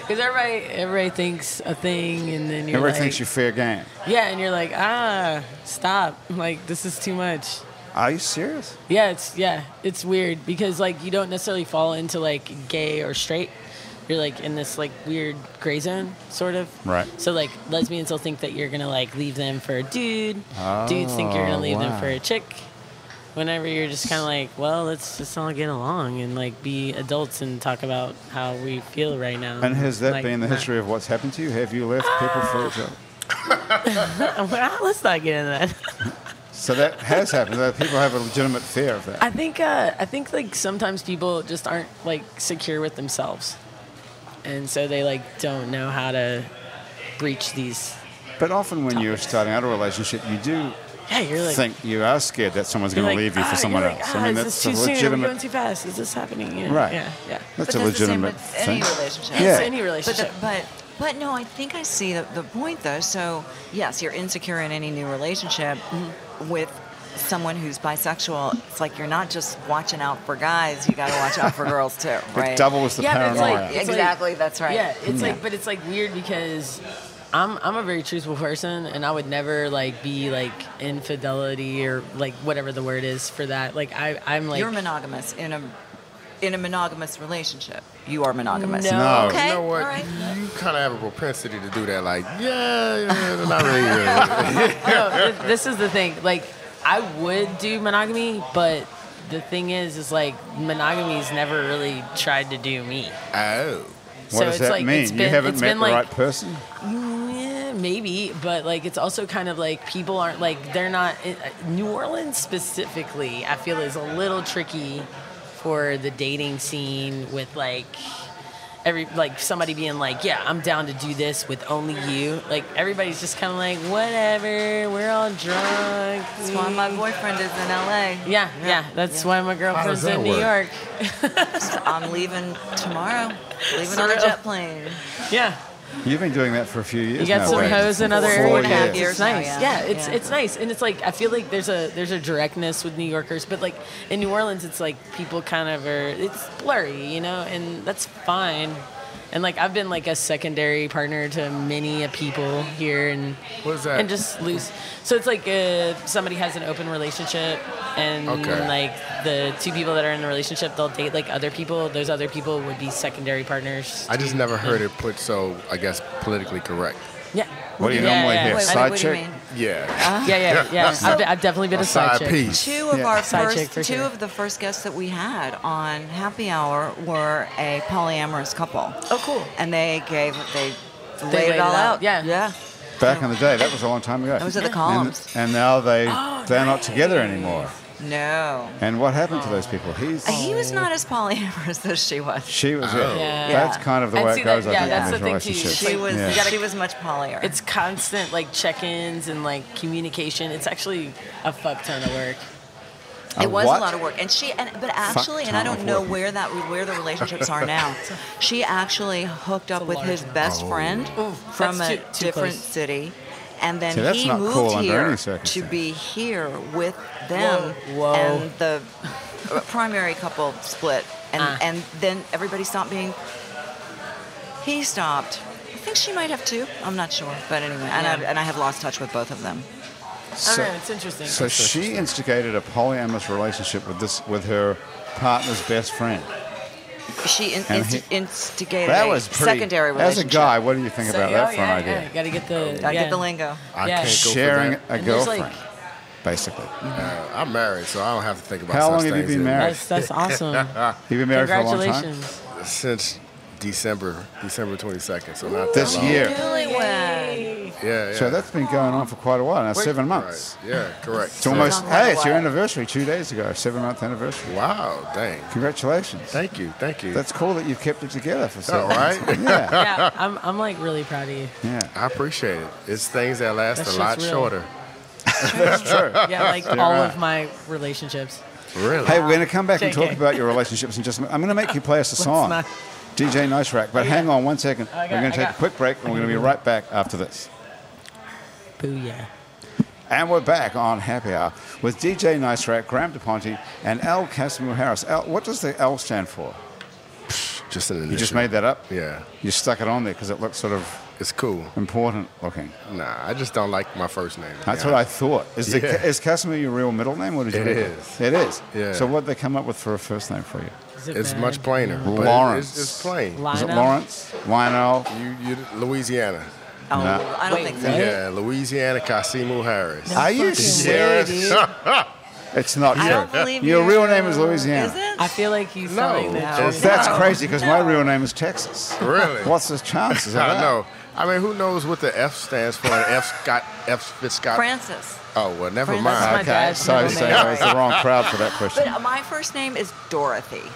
Because everybody, everybody thinks a thing, and then you're
Everybody
like,
thinks you're fair game.
yeah, and you're like, ah, stop. Like this is too much.
Are you serious?
Yeah, it's yeah, it's weird because like you don't necessarily fall into like gay or straight. You're like in this like weird gray zone, sort of.
Right.
So like lesbians will think that you're gonna like leave them for a dude. Dudes think you're
Oh,
gonna leave
wow.
them for a chick. Whenever you're just kind of like, well, let's just all get along and like be adults and talk about how we feel right now.
And has that
Like, Ah.
been the
not-
history of what's happened to you? Have you left people for each other?
let's not get into that.
So that has happened. That people have a legitimate fear of that.
I think uh, I think like sometimes people just aren't like secure with themselves, and so they like don't know how to breach these.
But often when you're starting out a relationship, you do
Yeah, you're like
think you are scared that someone's
you're
going
like,
to leave you
"Ah,"
for
you're
someone
like,
else.
"Ah,
I mean,
is
that's
this
a
too soon? Are we going
legitimate.
too fast? Is this happening? You know,
Right.
Yeah, yeah.
That's
But
a
that's the same
legitimate
with
thing.
any relationship.
Yeah.
It's any
But,
relationship.
the, but but no, I think I see the, the point though. So yes, you're insecure in any new relationship
Mm-hmm.
with someone who's bisexual. It's like you're not just watching out for guys; you got to watch out for girls too, right?
It doubles the
yeah, but it's
paranoia.
like it's like-
Exactly, that's right.
Yeah, it's
Yeah.
like but it's like weird because I'm I'm a very truthful person and I would never like be like infidelity or like whatever the word is for that. Like I I'm like
you're monogamous in a in a monogamous relationship. You are monogamous.
No. No.
Okay.
You know what?
All right.
You kind of have a propensity to do that. Like, yeah, yeah not really. yeah.
no, th- this is the thing. Like, I would do monogamy, but the thing is, is like monogamy's never really tried to do me.
oh.
what
so
does
it's
that
like,
mean?
it's
you
been-
haven't
it's
met
been
the
like-
right person.
Yeah, maybe, but like it's also kind of like people aren't like they're not. uh, New Orleans specifically, I feel is a little tricky for the dating scene with like every like somebody being like, yeah, I'm down to do this with only you. Like everybody's just kind of like, whatever. We're all drunk.
That's why my boyfriend is in LA.
Yeah, yeah, that's why my girlfriend's
that
in New York.
work?
I'm leaving tomorrow. Leaving on a
Surreal.
jet plane.
Yeah,
You've been doing that for a few years
you got
now.
some
haven't
hoes
you?
in other
Four
Four
areas.
and a half
years.
years
It's
now,
nice.
yeah.
Yeah, it's
Yeah.
it's nice, and it's like I feel like there's a there's a directness with New Yorkers, but like in New Orleans, it's like people kind of are it's blurry, you know, and that's fine. And like I've been like a secondary partner to many a people here and
What is that?
and just loose. So it's like uh, somebody has an open relationship and
Okay.
like the two people that are in the relationship they'll date like other people. Those other people would be secondary partners.
I just never heard it put so, I guess, politically correct.
Yeah.
What do you
Yeah,
normally
yeah.
hear?
Wait,
Side
what do you
chick?
mean?
Ah,
Yeah,
Yeah.
yeah, yeah. I've, been- I've definitely been a,
A side
chick.
piece.
Two of our
Side chick
first,
for
two
sure.
of the first guests that we had on Happy Hour were a polyamorous couple.
Oh, cool.
And they gave, they, laid,
laid
it all out.
yeah.
Yeah.
Back in the day, that was a long time ago.
That was at the
And-
columns.
And, now they
Oh,
they're not together anymore.
No.
And what happened to those people? He's
He was not as polyamorous as she was.
she was it.
Yeah.
That's kind of the
Oh. And
way
see
it goes.
that-
I
yeah,
think
that's
in these
the thing too.
relationships.
She was,
Yeah.
she was much polyer.
It's constant like check-ins and like communication. It's actually a fuck ton of work.
A
It was
what?
a lot of work, and she and but actually, and I
ton
don't
of
know
work.
where that where the relationships are now. She actually hooked up
a
with
large
his
amount.
best
Oh.
friend
Ooh,
from
that's
a
too- too
different
close.
city, and then
See, that's
he
not
moved
cool under any
here to
circumstance.
be here with them,
Whoa.
and the uh, primary couple split, and
Ah.
and then everybody stopped being. He stopped. I think she might have two. I'm not sure, but anyway, and I
Yeah.
and I have lost touch with both of them.
I
So-
don't know. It's interesting.
So she instigated a polyamorous relationship with this with her partner's best friend.
She in,
And
insti-
he-
instigated
That
a
was pretty.
secondary
As a
relationship.
guy, what do you think
So-
about
yeah,
that for
Oh, yeah,
an idea?
yeah. Gotta get the.
Gotta
yeah.
get the lingo.
I
Yeah.
can't go
Sharing
for
a
And there's, like-
girlfriend, basically.
that. Uh, I'm married, so I don't have to think about
How
such
long have you
things
been
in-
married?
That's that's awesome.
You've been married for a long time.
Congratulations.
Since December, December 22nd, so not
This
that long.
year.
Yeah, yeah.
So that's been going on for quite a while now, seven
Right,
months.
Yeah, correct.
It's almost,
It's not quite
hey,
a
it's your
while.
anniversary, two days ago, seven month anniversary.
Wow, dang.
Congratulations.
Thank you, thank you.
That's cool that you've kept it together for seven
all right.
months. Yeah,
yeah, I'm, I'm like really proud of you.
yeah.
I appreciate it. It's things that last
That
a
shit's
lot
real.
shorter.
Yeah, like all
right.
of my relationships.
Really?
Hey, we're going to come back and talk
JK.
about your relationships in just a minute. I'm going to make you play us a song,
not.
DJ Nice Rack. But hang on one second.
I got-
we're going
I
to take a
got-
quick break, and we're going to be right back after this.
Booyah.
And we're back on Happy Hour with DJ Nice Rack, Graham DePonte, and Al Casimir Harris. Al, what does the L stand for?
Just an initial.
You just made that up?
Yeah,
You stuck it on there because it looks sort of
it's cool.
important looking.
Nah, I just don't like my first name. to be
That's what I
honest.
thought. Is,
Yeah.
the, is Casimir your real middle name? Or did you
It
make
is.
It is.
Yeah.
So what did they come up with for a first name for you?
Is it
It's
bad?
much plainer. but it-
Lawrence.
It's, it's plain.
Li-
Is it
Lionel?
Lawrence? Lionel?
You, you, Louisiana.
Oh,
Nah.
I don't
Wait,
think so.
what?
Yeah, Louisiana Casimu Harris.
Are you
fucking
serious?
way, dude.
It's not
I don't
true.
believe
Your
you.
real name is Louisiana.
Is it?
I feel like he's
No,
telling the
it's
truth.
That's
No.
crazy because my real name is Texas.
Really?
What's the chances? of
I
that?
know. I mean, who knows what the F stands for? and F Scott, F Fitzcott.
Francis.
Oh well, never
Francis.
mind.
My
Okay,
dad's
so,
middle
so
name.
I was the wrong crowd for that question.
But my first name is Dorothy.
Is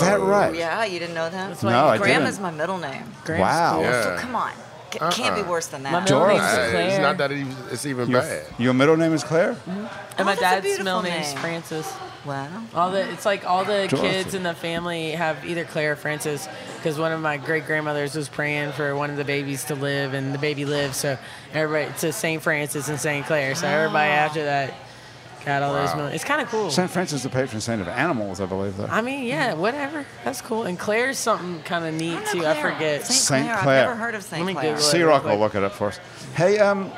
that Oh. right?
Yeah, you didn't know that?
That's why
No, I
Graham
didn't. Uh.
is my middle name.
Graham's
Wow.
Yeah.
So come on. C- Can't be
Uh-uh.
worse than that.
My middle
Dorothy.
name's
Uh,
Claire.
it's not that it even- it's even
Your,
bad.
your middle name is Claire?
and my
Oh, that's a
dad's
beautiful
middle name's
name.
Francis.
Wow.
All the it's like all the
Dorothy.
kids in the family have either Claire or Francis because one of my great grandmothers was praying for one of the babies to live and the baby lived. So everybody to St. Francis and St. Claire. So everybody
Ah.
after that got all those.
Wow.
Middle, it's kind of cool.
St. Francis is the patron saint of animals, I believe, though.
I mean, yeah, whatever. That's cool. And Claire's something kind of neat
don't
too.
know
I
Claire.
forget.
Saint,
Saint
Clair.
Clair.
I've never heard of Saint
Let me
Claire.
Google it.
Sea Rock will look it up for us. Hey, um,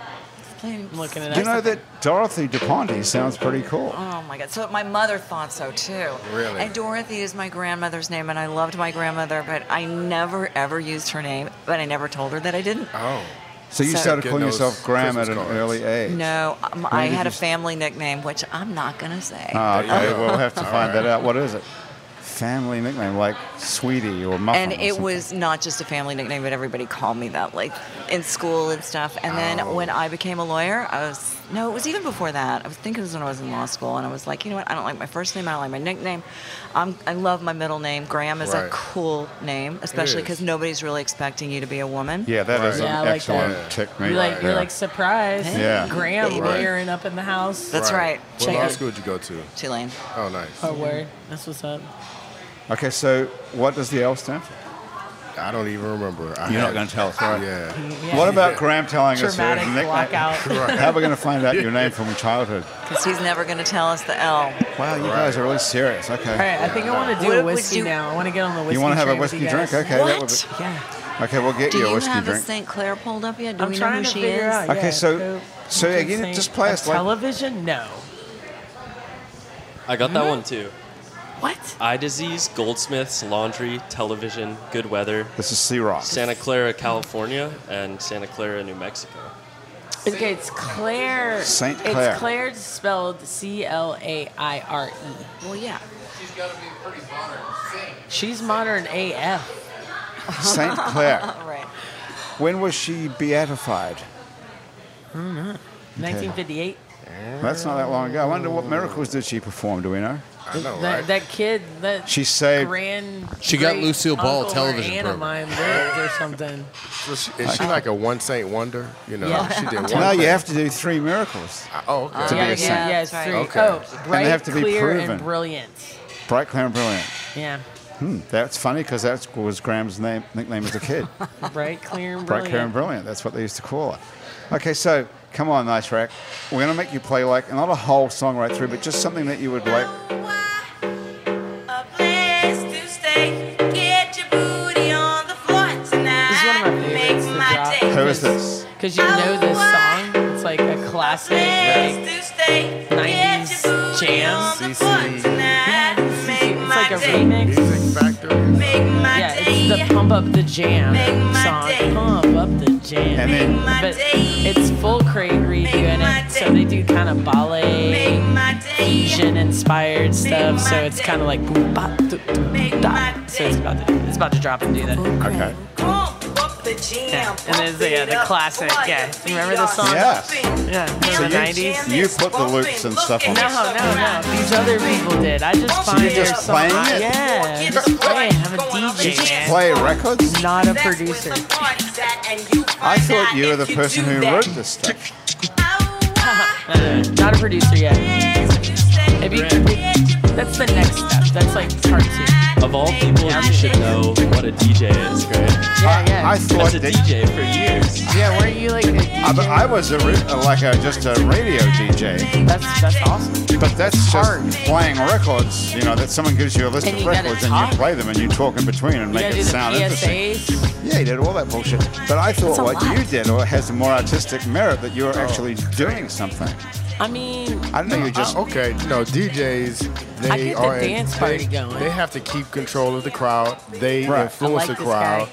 Please.
I'm looking at
you know that Dorothy DuPonte sounds pretty cool.
Oh my God! So my mother thought so too.
Really?
And Dorothy is my grandmother's name, and I loved my grandmother, but I never ever used her name, but I never told her that I didn't.
Oh,
So you
So-
started
Getting
calling
those
yourself Graham at
Christmas
an
cards.
early age.
No, um, I
did
had
you
a
s-
family nickname, which I'm not gonna say.
Oh, okay,
Yeah.
we'll have to find that out. What is it? Family nickname, like Sweetie or Muffin.
and
or
it
something.
was not just a family nickname, but everybody called me that, like in school and stuff. And then
Oh.
when I became a lawyer, I was no, it was even before that. I was thinking it was when I was in law school, and I was like, you know what? I don't like my first name. I don't like my nickname. I'm, I love my middle name. Graham is a
Right.
cool name, especially
is.
because nobody's really expecting you to be a woman.
Yeah, that is
Right.
Yeah, I
an
like
excellent
that.
technique.
You're like you're
there.
like surprised.
Yeah.
Graham
Right.
lawyering up in the house.
That's right.
What
Check
law
it.
school did you go to?
Tulane.
Oh, nice.
oh word. That's what's up.
okay, so what does the L stand for?
I don't even remember. I
You're not
had-
gonna tell us, right?
Yeah.
What about Graham telling us her
Dramatic
nickname?
blackout.
How are we going to find out your name from childhood?
Because he's never going to tell us the L.
Wow, you guys are really serious. Okay.
All right, I think I want to do
What
a
would
whiskey
you-
now. I want to get on the whiskey.
You want to have a
train with
whiskey
you guys.
drink? Okay. that would
What?
be-
Yeah.
okay, we'll get
Do
you a
you
whiskey
have a
drink.
St. Clair pulled up yet? Do
I'm
we know
trying
who
to
she
figure
is?
out.
Okay,
yeah,
so-
who-
so
who can
again,
sing
just play
on
us like-
television. No.
I
Mm-hmm.
got that one too.
What?
Eye disease, goldsmiths, laundry, television, good weather,
This is Sea Rock.
Santa Clara, California, and Santa Clara, New Mexico.
Okay, it's Claire.
Saint Clair.
It's Claire spelled C L A I R E.
Well, yeah.
She's modern AF.
St. Clair.
All right.
When was she beatified?
1958.
That's not that long ago. I wonder what miracles did she perform? Do we know?
I know,
that,
right?
that kid. That
She saved.
grand.
Oh, She got
great
Lucille Ball
uncle or
television
aunt of
program.
mine lived or something.
So she- is she like a one saint wonder? You know,
Yeah.
she did one.
Now you
thing.
have to do three miracles.
Oh, okay.
To be
yeah,
a saint.
yeah, yeah, it's
That's
three.
right.
Okay.
Oh,
And
they
bright,
have to be
clear,
proven.
and brilliant.
Bright, clear, and brilliant.
Yeah,
Hmm, that's funny because that was Graham's name, nickname as a kid.
bright, clear, and brilliant.
Bright, clear, and brilliant. That's what they used to call it. Okay, so come on, nice rack. We're going to make you play like not a whole song right through, but just something that you would like.
This is one of my favorites to drop.
Who is this?
Because you know this song. It's like a classic, like 90s jam. It's like a remix.
Music factor.
Yeah, it's the Pump Up the Jam song. Pump Up the
And
Jam.
then
But it's full Craig redo in it, so they do kind of ballet, fusion inspired stuff. So it's kind of like boom, bop, doo, doo, da. So it's about to, it's about to drop and do that.
Okay.
Yeah, and there's the, uh, the classic. Yeah, you remember the song?
Yes.
Yeah,
So
from the 90s.
you, you put the loops and stuff on
No,
this.
no, no. These other people did. I just
So
find
you're just
their song-
playing it?
Yeah, I'm just playing. I'm a
You just
DJ, man.
play records?
Not a producer.
I thought you were the person who wrote this stuff.
Uh, Not a producer yet. If you, that's the next step. That's like part two.
Of all people, you should know what a DJ is, right?
Yeah, yeah.
I thought
As a
that.
DJ for years.
yeah, weren't you like a
I,
DJ?
but I was a, re- like a, just a radio DJ,
that's, that's awesome.
but that's just playing records. You know, that someone gives you a list
And
of
you gotta
records and
talk.
you play them and you talk in between and
You
make it
gotta do the
sound interesting.
PSAs.
Yeah, you did all that bullshit. But I thought
a
what
lot.
you did or has more artistic merit that you were actually
Oh.
doing something.
I mean,
I don't know, you just.
Uh,
Oh.
okay, you know, DJs, they
I get the
are in-
dance
they-
party
they,
going.
have to keep control of the crowd. They
Right.
influence
I like this
the
guy.
crowd.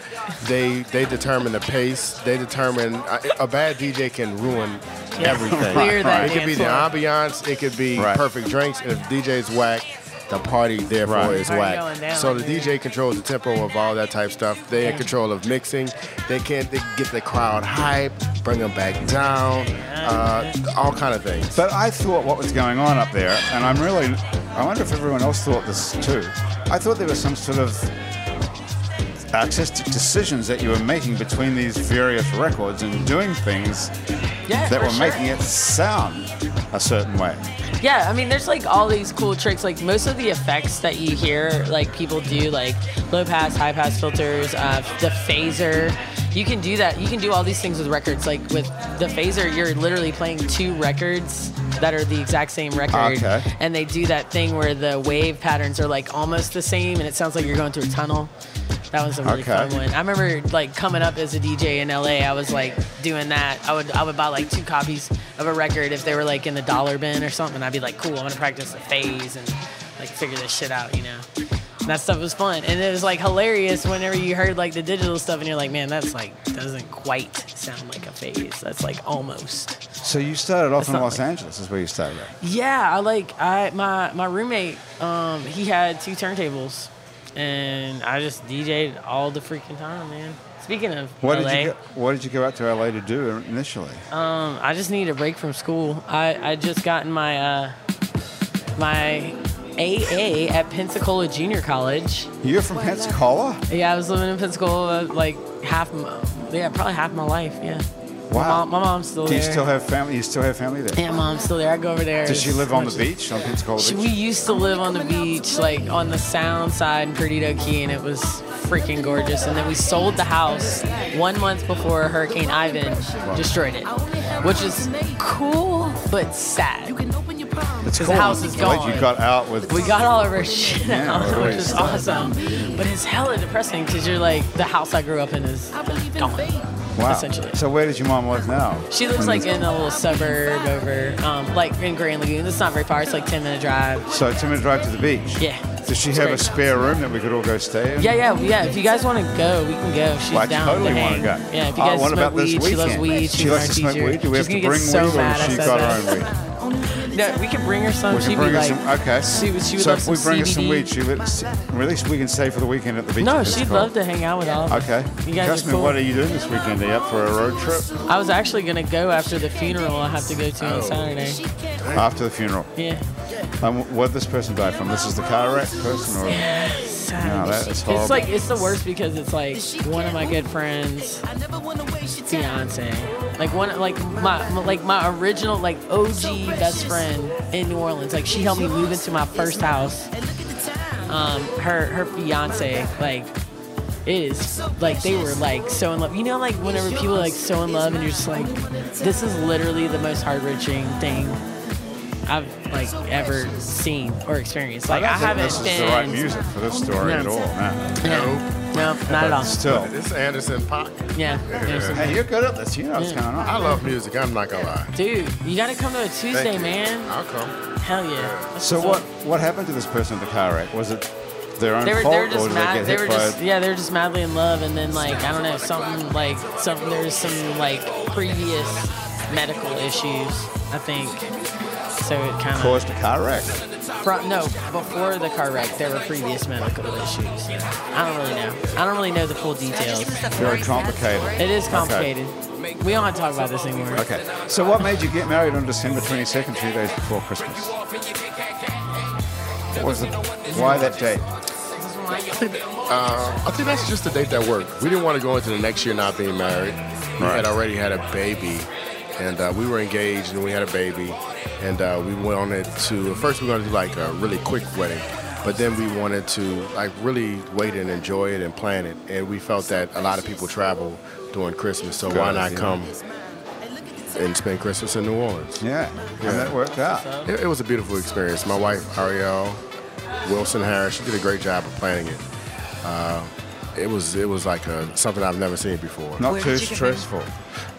They they determine the pace. They determine a, a bad DJ can ruin everything.
Clear that
It could be the
dance
ambiance. It could be
Right.
perfect drinks. If DJ's whack. The party, therefore,
Right.
is
Party going down,
whack. So the
yeah.
DJ controls the tempo of all that type stuff. They in control of mixing. They can't they get the crowd hype, bring them back down, uh, all kind of things.
But I thought what was going on up there, and I'm really. I wonder if everyone else thought this too. I thought there was some sort of artistic decisions that you were making between these various records and doing things
yeah,
that
for
were
sure.
making it sound a certain way.
Yeah, I mean, there's like all these cool tricks. Like most of the effects that you hear, like people do, like low pass, high pass filters, uh, the phaser. You can do that. You can do all these things with records. Like with the phaser, you're literally playing two records that are the exact same record.
Okay.
And they do that thing where the wave patterns are like almost the same, and it sounds like you're going through a tunnel. That was a really
Okay.
fun one. I remember like coming up as a DJ in LA. I was like doing that. I would I would buy like two copies of a record if they were like in the dollar bin or something. I'd be like, cool, I'm gonna practice the phase and like figure this shit out, you know. And that stuff was fun, and it was like hilarious whenever you heard like the digital stuff, and you're like, man, that's like doesn't quite sound like a phase. That's like almost.
So you started off
It's
in
not
Los
like-
Angeles, is where you started. at.
Yeah, I like I my my roommate. Um, he had two turntables, and I just DJ'd all the freaking time, man. Speaking of
What
LA,
did you go, What did you go out to LA to do initially?
um, I just need a break from school. I I just gotten my uh my AA at Pensacola Junior College.
You're from Pensacola.
Yeah, I was living in Pensacola like half m- yeah probably half my life. Yeah, My,
Wow.
mom, my mom's still
Do you
there.
still have family? You still have family there?
yeah, mom's still there. I go over there.
Does she
as
live on
much
the
as-
beach on Pensacola
She-
Beach?
We used to live on the beach, like on the sound side in Perdido Key, and it was freaking gorgeous. And then we sold the house one month before Hurricane Ivan destroyed it, which is cool but sad.
It's
the house is
I'm glad
gone.
You got out with.
We got all of our shit
Yeah,
out, which
always.
is awesome. But it's hella depressing because you're like, the house I grew up in is gone.
wow.
essentially.
So where does your mom live now?
She lives
From
like
this-
in a little suburb over, um, like in Grand Lagoon. It's not very far. It's like 10 minute drive.
So it's a minute drive to the beach.
Yeah.
Does she
It's
have a
great.
spare room that we could all go stay in?
Yeah, yeah, yeah. If you guys want to go, we can go. She's
Well, I
down
totally
to
wanna
hang.
go.
Yeah, if you
Oh,
guys
what
smoke
about this
weed, she loves
weekend?
weed. She's
She likes
our
to smoke
teacher.
weed? Do we
She's
have to
gonna
bring
get so
weed or
mad I
she
said
got
that.
her own weed?
No, we can bring her some.
We
She'd
can bring
be
her
like,
some. Okay.
She would, she would
so
love
if
some
we bring her some
CBD.
weed, she would, at least we can stay for the weekend at the beach.
No,
if it's
she'd
cool.
love to hang out with all. of us.
Okay.
You guys
Trust
are
me,
cool.
what are you doing this weekend? Are you up for a road trip
I was actually gonna go after the funeral. I have to go to
Oh.
on Saturday.
after the funeral?
Yeah.
Um, what did this person die from? This is the car wreck person? Or?
Sad.
No, that is horrible.
It's like it's the worst because it's like one of my good friends' fiance, like one like my like my original like OG best friend in New Orleans. Like she helped me move into my first house. Um, her her fiance like it is like they were like so in love. You know, like whenever people are like so in love and you're just like, this is literally the most heart wrenching thing. I've like ever seen or experienced. Like I,
don't think
haven't
this
been
is the right music for this story
No.
at all. No.
no, no, not at all.
Still.
It's Anderson Pop.
Yeah, there's-
Hey, you're good at this. You know what's
Yeah.
going on.
I love music. I'm not gonna lie.
dude, you gotta come to a Tuesday,
you.
man.
I'll come.
Hell yeah. That's
So
what's
what
up.
what happened to this person at the car wreck? Was it their own
They were,
fault
they were
or
just
did
mad.
they
They
get
were
hit by
just, yeah, they were just madly in love, and then like I don't know, something like something. There's some like previous medical issues, I think. So it kind of
caused a car wreck?
From, no, before the car wreck, there were previous medical issues. I don't really know. I don't really know the full details.
Very complicated.
It is complicated. We don't have to talk about this anymore.
Okay. So what made you get married on December 22nd, three days before Christmas? What was the why that date?
Uh, I think that's just the date that worked. We didn't want to go into the next year not being married. We
Right.
had already had a baby, and uh, we were engaged, and we had a baby, and uh, we wanted to. At first, we were going to do like a really quick wedding, but then we wanted to like really wait and enjoy it and plan it. And we felt that a lot of people travel during Christmas, so why
Guys,
not
yeah.
come and spend Christmas in New Orleans?
Yeah. And that worked out.
It, it was a beautiful experience. My wife, Ariel Wilson Harris, she did a great job of planning it. Uh, it was it was like a, something I've never seen before.
Not
Where
too
did you get married?
stressful.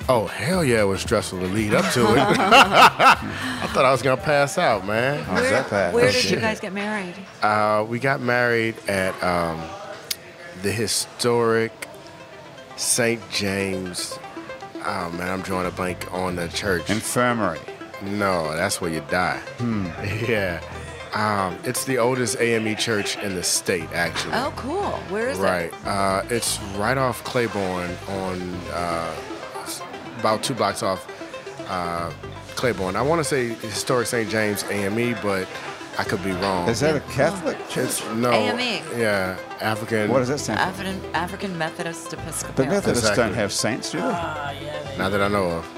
Oh hell yeah, it was stressful to lead up to it. I thought I was gonna pass out, man.
How's that bad?
Where
Oh,
did you
shit.
guys get married?
Uh, we got married at um, the historic St. James. Oh man, I'm drawing a blank on the church.
Infirmary.
No, that's where you die.
Hmm.
Yeah. Um, it's the oldest AME church in the state, actually.
Oh, cool. Where is
right.
it?
Uh, it's right off Claiborne on uh, s- about two blocks off uh, Claiborne. I want to say historic St. James AME, but I could be wrong.
Is that a Catholic church?
no
AME?
Yeah, African.
What does that stand for?
African, African Methodist
But
Episcopal.
Methodists don't
Exactly.
have saints, do they?
Uh,
Not that I know of.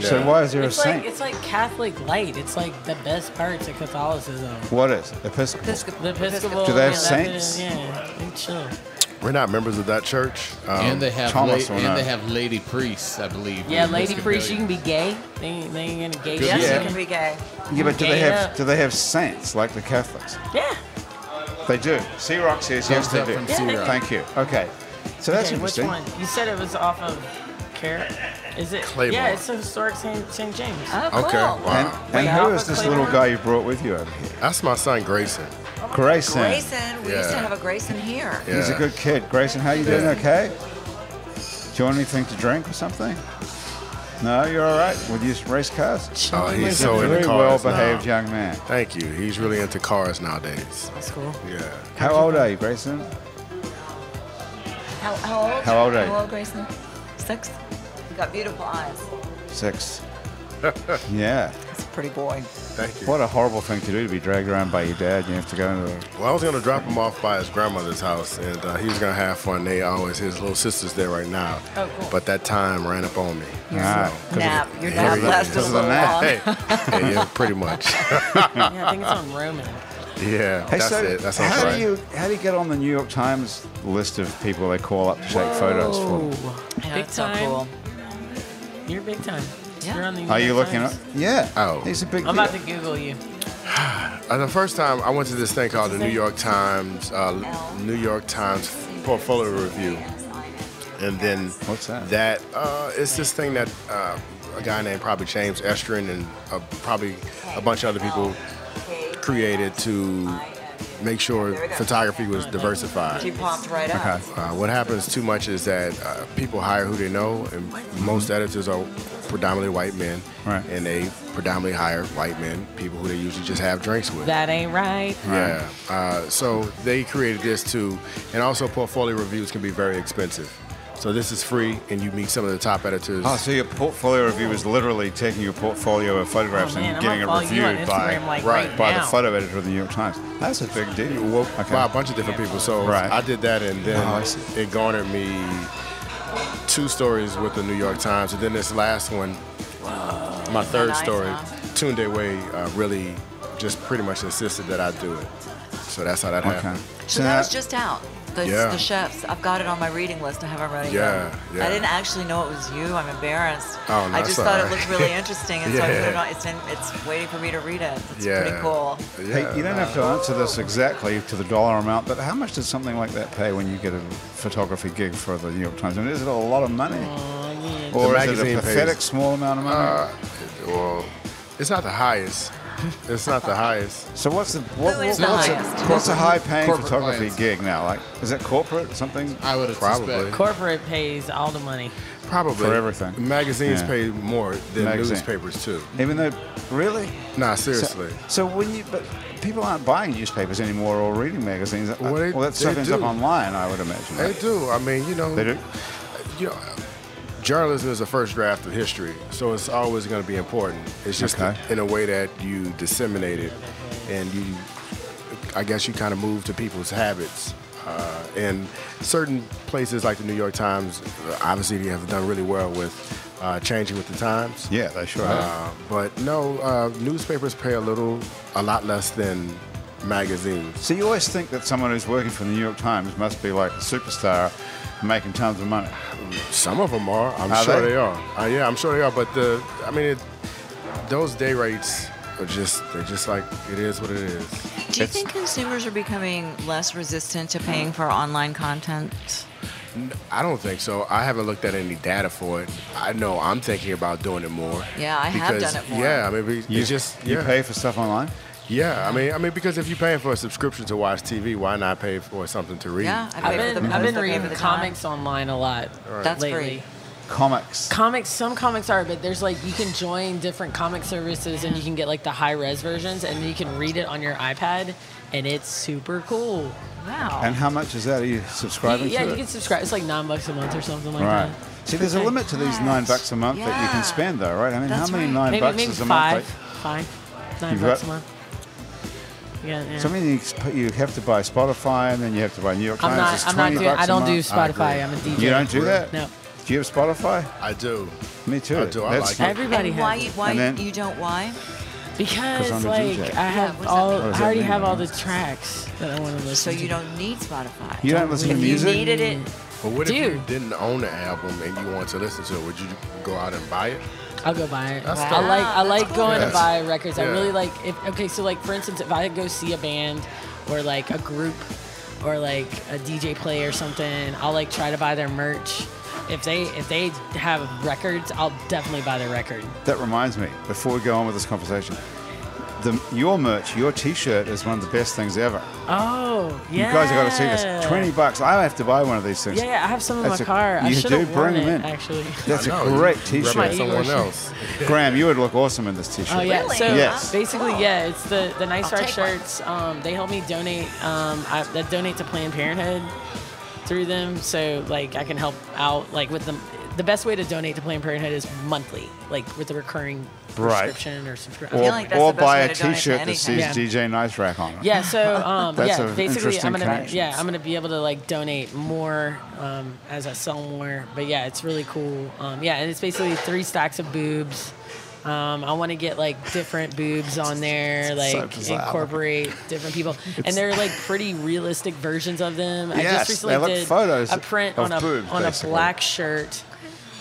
So why is there
It's
a
like
saint?
it's like Catholic light. It's like the best parts of Catholicism.
what is Episcopal?
Episcopal.
The Episcopal.
Do they have
yeah,
saints?
Yeah, they chill.
We're not members of that church. Um,
and they have la-
Thomas will know.
and they have lady priests, I believe.
Yeah,
in
lady priest, you can
Episcopalian.
be gay. They ain't, they ain't gonna gay you.
Yes,
Yeah.
you can be gay.
Yeah, but do they
Yeah.
have do they have saints like the Catholics?
Yeah.
They do. Sea Rock says yes, they
up
do.
from
Yeah, they do.
Thank you. Okay, so that's
okay, which
interesting.
one? You said it was off of Care. Is it?
Claymore.
Yeah, it's a historic St. St. James.
Oh, cool.
Okay.
And,
Wow.
and
Wait,
who
Alpha
is this
Centauri?
little guy you brought with you over here?
That's my son Grayson.
Oh,
Grayson.
Grayson, we used to
Yeah.
have a Grayson here.
Yeah.
He's a good kid. Grayson, how you doing?
Yeah.
Okay. Do you want anything to drink or something? No, you're all right. Would you race cars?
Oh, he's so
a
into
very
cars now.
well-behaved young man.
Thank you. He's really into cars nowadays.
That's cool.
Yeah.
How old are you, Grayson?
How, how old?
How old are you?
How old, Grayson? Six. You got beautiful eyes.
Six. yeah.
pretty boy.
Thank you.
What a horrible thing to do to be dragged around by your dad. You have to go into the.
Well, I was going to drop him off by his grandmother's house, and uh, he was going to have fun. They always, his little sister's there right now.
Oh, cool.
But that time ran up on me.
Ah, 'cause of
Nap. Your
Here
nap
we go.
lasted a
Because of the
little
nap.
long.
Hey, hey, yeah, pretty much.
Yeah, I think it's on Roman.
yeah,
Hey,
that's
so
it. That sounds
how
right.
do you how do you get on the New York Times list of people they call up to take photos
Oh.
for?
Yeah,
big
that's so
time.
cool.
You're big time.
Yeah.
You're on the
Are you
New York
looking up?
Times.
Yeah.
Oh.
he's a big.
I'm about to Google you.
Uh, the first time I went to this thing called the New York Times, uh, New York Times Portfolio Review, and then
What's that?
That uh, it's this thing that uh, a guy named probably James Estrin and uh, probably a bunch of other
Oh.
people created to make sure photography was diversified.
She popped right up.
Okay.
Uh, what happens too much is that uh, people hire who they know, and most editors are predominantly white men,
Right.
and they predominantly hire white men, people who they usually just have drinks with.
That ain't right.
Yeah. Uh, so they created this too, and also portfolio reviews can be very expensive. So this is free, and you meet some of the top editors.
Oh, so your portfolio review is literally taking your portfolio of photographs
Oh, man,
and
I'm
getting it
gonna follow you on
reviewed by
Instagram, like,
right
by the
now.
photo editor of the New York Times. That's a big deal.
well,
Okay.
by a bunch of different people. So
Right.
I did that, and then
Oh, I see.
it garnered me two stories with the New York Times, and then this last one, my third
Nice,
story,
huh?
Tunde Way, uh, really just pretty much insisted that I do it. So that's how that
Okay.
happened.
So that was just out. The,
Yeah.
the chefs. I've got it on my reading list. I haven't read it
Yeah,
yet.
yeah.
I didn't actually know it was you. I'm embarrassed.
Oh, no,
I just
that's
thought
all
it looked
right.
really interesting, and so I
Yeah.
put it on. It's in. It's waiting for me to read it. It's
yeah.
pretty cool.
Hey,
Yeah.
you don't have to answer this exactly to the dollar amount, but how much does something like that pay when you get a photography gig for the New York Times? I mean, is it a lot of money, or
The
is it a
magazine pays- Uh,
pathetic small amount of money?
Well, it's not the highest. It's not the highest.
so what's the what,
Who is
what's,
the
a,
highest?
what's a high-paying
Corporate
photography
clients.
gig now? Like, is it corporate or something?
Uh,
I would have
Probably.
Corporate pays all the money.
Probably
For everything.
Magazines
Yeah.
pay more than
Magazine.
newspapers too.
Even though, really,
Nah,
So-
seriously.
So, when you but people aren't buying newspapers anymore or reading magazines.
Well, they-
well, that stuff
they
ends
do.
up online, I would imagine.
they
right?
do. I mean, you know,
They do.
you know, journalism is the first draft of history, so it's always going to be important. It's just
Okay.
in a way that you disseminate it, and you, I guess, you kind of move to people's habits. Uh, and certain places like the New York Times, uh, obviously, they have done really well with uh, changing with the times.
Yeah, they sure. have.
Uh, but no, uh, newspapers pay a little, a lot less than magazines.
So you always think that someone who's working for the New York Times must be like a superstar, making tons of money.
Some of them are. I'm
Are
sure
they?
they, are. Uh, yeah, I'm sure they are. But the, I mean, it, those day rates are just, they're just like it is what it is.
Do you think consumers are becoming less resistant to paying for online content?
I don't think so. I haven't looked at any data for it. I know I'm thinking about doing it more.
Yeah, I have
because-
done it more.
Yeah, I mean, it's
You
just
you
yeah.
pay for stuff online.
yeah, I mean, I mean, because if you're paying for a subscription to watch TV, why not pay for something to read?
Yeah, I
I've
pay
been,
for the
I've
post,
been
I pay
reading
for the time.
comics online a lot
That's
lately.
free.
Comics.
Comics, some comics are, but there's like you can join different comic services and you can get like the high res versions and you can read it on your iPad and it's super cool.
Wow.
and how much is that? Are you subscribing
yeah,
to?
you
it?
can subscribe. It's like nine bucks a month or something like
right.
that.
See, there's a limit to these nine bucks a month that you
Yeah.
can spend, though, right? I mean,
That's
how many
right.
nine
Maybe
bucks
maybe
is a
five,
month?
five, nine
You've
bucks
got-
a month. Yeah, yeah.
So I mean, you exp- you have to buy Spotify, and then you have to buy New York
I'm
Times.
not.
It's
I'm not
20
doing.
bucks
I
a
don't do
month.
Spotify. I'm a DJ.
You don't do that?
No.
Do you have Spotify?
I do.
Me too.
I do. I
That's
like
not-
it.
Everybody
and
has.
why
it.
you, why
And then-
you don't why?
Because
'Cause I'm a
like
DJ.
I have
what does that
all,
mean?
What does
I
that
already
mean?
have all the tracks that I want to listen
So
to.
you don't need Spotify.
You don't listen to
if
music.
You needed it.
But what if you
Dude.
didn't own the album and you wanted to listen to it? Would you go out and buy it?
I'll go buy it.
That's
I
dope.
like I
Wow,
like
that's
going
cool.
to buy records. I
Yeah.
really like if okay, so like for instance, if I go see a band or like a group or like a DJ play or something, I'll like try to buy their merch. If they if they have records, I'll definitely buy their record.
That reminds me, before we go on with this conversation, the, your merch, your T-shirt is one of the best things ever.
Oh, yeah.
You guys have got to see this. Twenty bucks. I have to buy one of these things.
Yeah, yeah, I have some in
That's
my
a-
car. I
you
should
do
have worn
bring
it
'em in.
actually.
That's
I
a
know,
great
you represent
T-shirt.
My
someone
Eagles.
else.
Graham, you would look awesome in this T-shirt.
Oh yeah.
Really?
So
Yes.
basically,
Cool.
yeah, it's the the nice
I'll
red
take one.
shirts. Um, they help me donate. Um, I, that donate to Planned Parenthood through them, so like I can help out like with the the best way to donate to Planned Parenthood is monthly, like with a recurring
Right.
prescription or subscription.
Or,
feel like that's
or
the best
buy
way
a
to donate to
T-shirt that says
anything.
Yeah.
DJ Nice Rack on it.
Yeah, so um,
That's
yeah,
a
basically,
interesting
I'm gonna
connection.
yeah, I'm gonna be able to like donate more um, as I sell more. But yeah, it's really cool. Um, yeah, and it's basically three stacks of boobs. Um, I want to get like different boobs on there, like
bizarre.
incorporate different people, and they're like pretty realistic versions of them. I
Yes,
just recently
they look
did
photos
a print
of
on a
boobs,
on
basically.
a black shirt.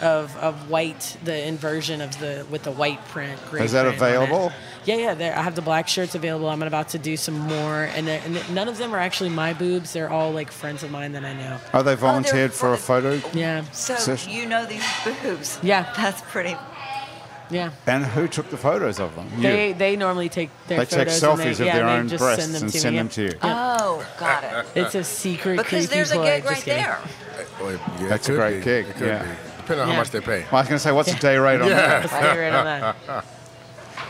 Of, of white, the inversion of the with the white print. gray
Is that
print on it.
available?
Yeah, yeah. There, I have the black shirts available. I'm about to do some more, and, they're- and none of them are actually my boobs. They're all like friends of mine that I know.
Are they volunteered for a photo?
Oh, Yeah,
So
Session.
you know these boobs.
Yeah.
That's pretty.
yeah.
And who took the photos of them? You.
They they normally take their
They take
photos
selfies
and
of
they, yeah,
their
they
own
just
breasts
send them
and
to
send
me.
them to you.
Yeah.
Oh, got it.
It's a secret
Because
creepy
there's a
ploy,
gig
just
right
kidding.
there.
Well, yeah, it
That's a
could
great
be.
gig,
It could
yeah.
be. Depending on
Yeah.
how much they pay.
Well, I was going to say, what's the day rate on
Yeah.
that?
Let's get rid of that.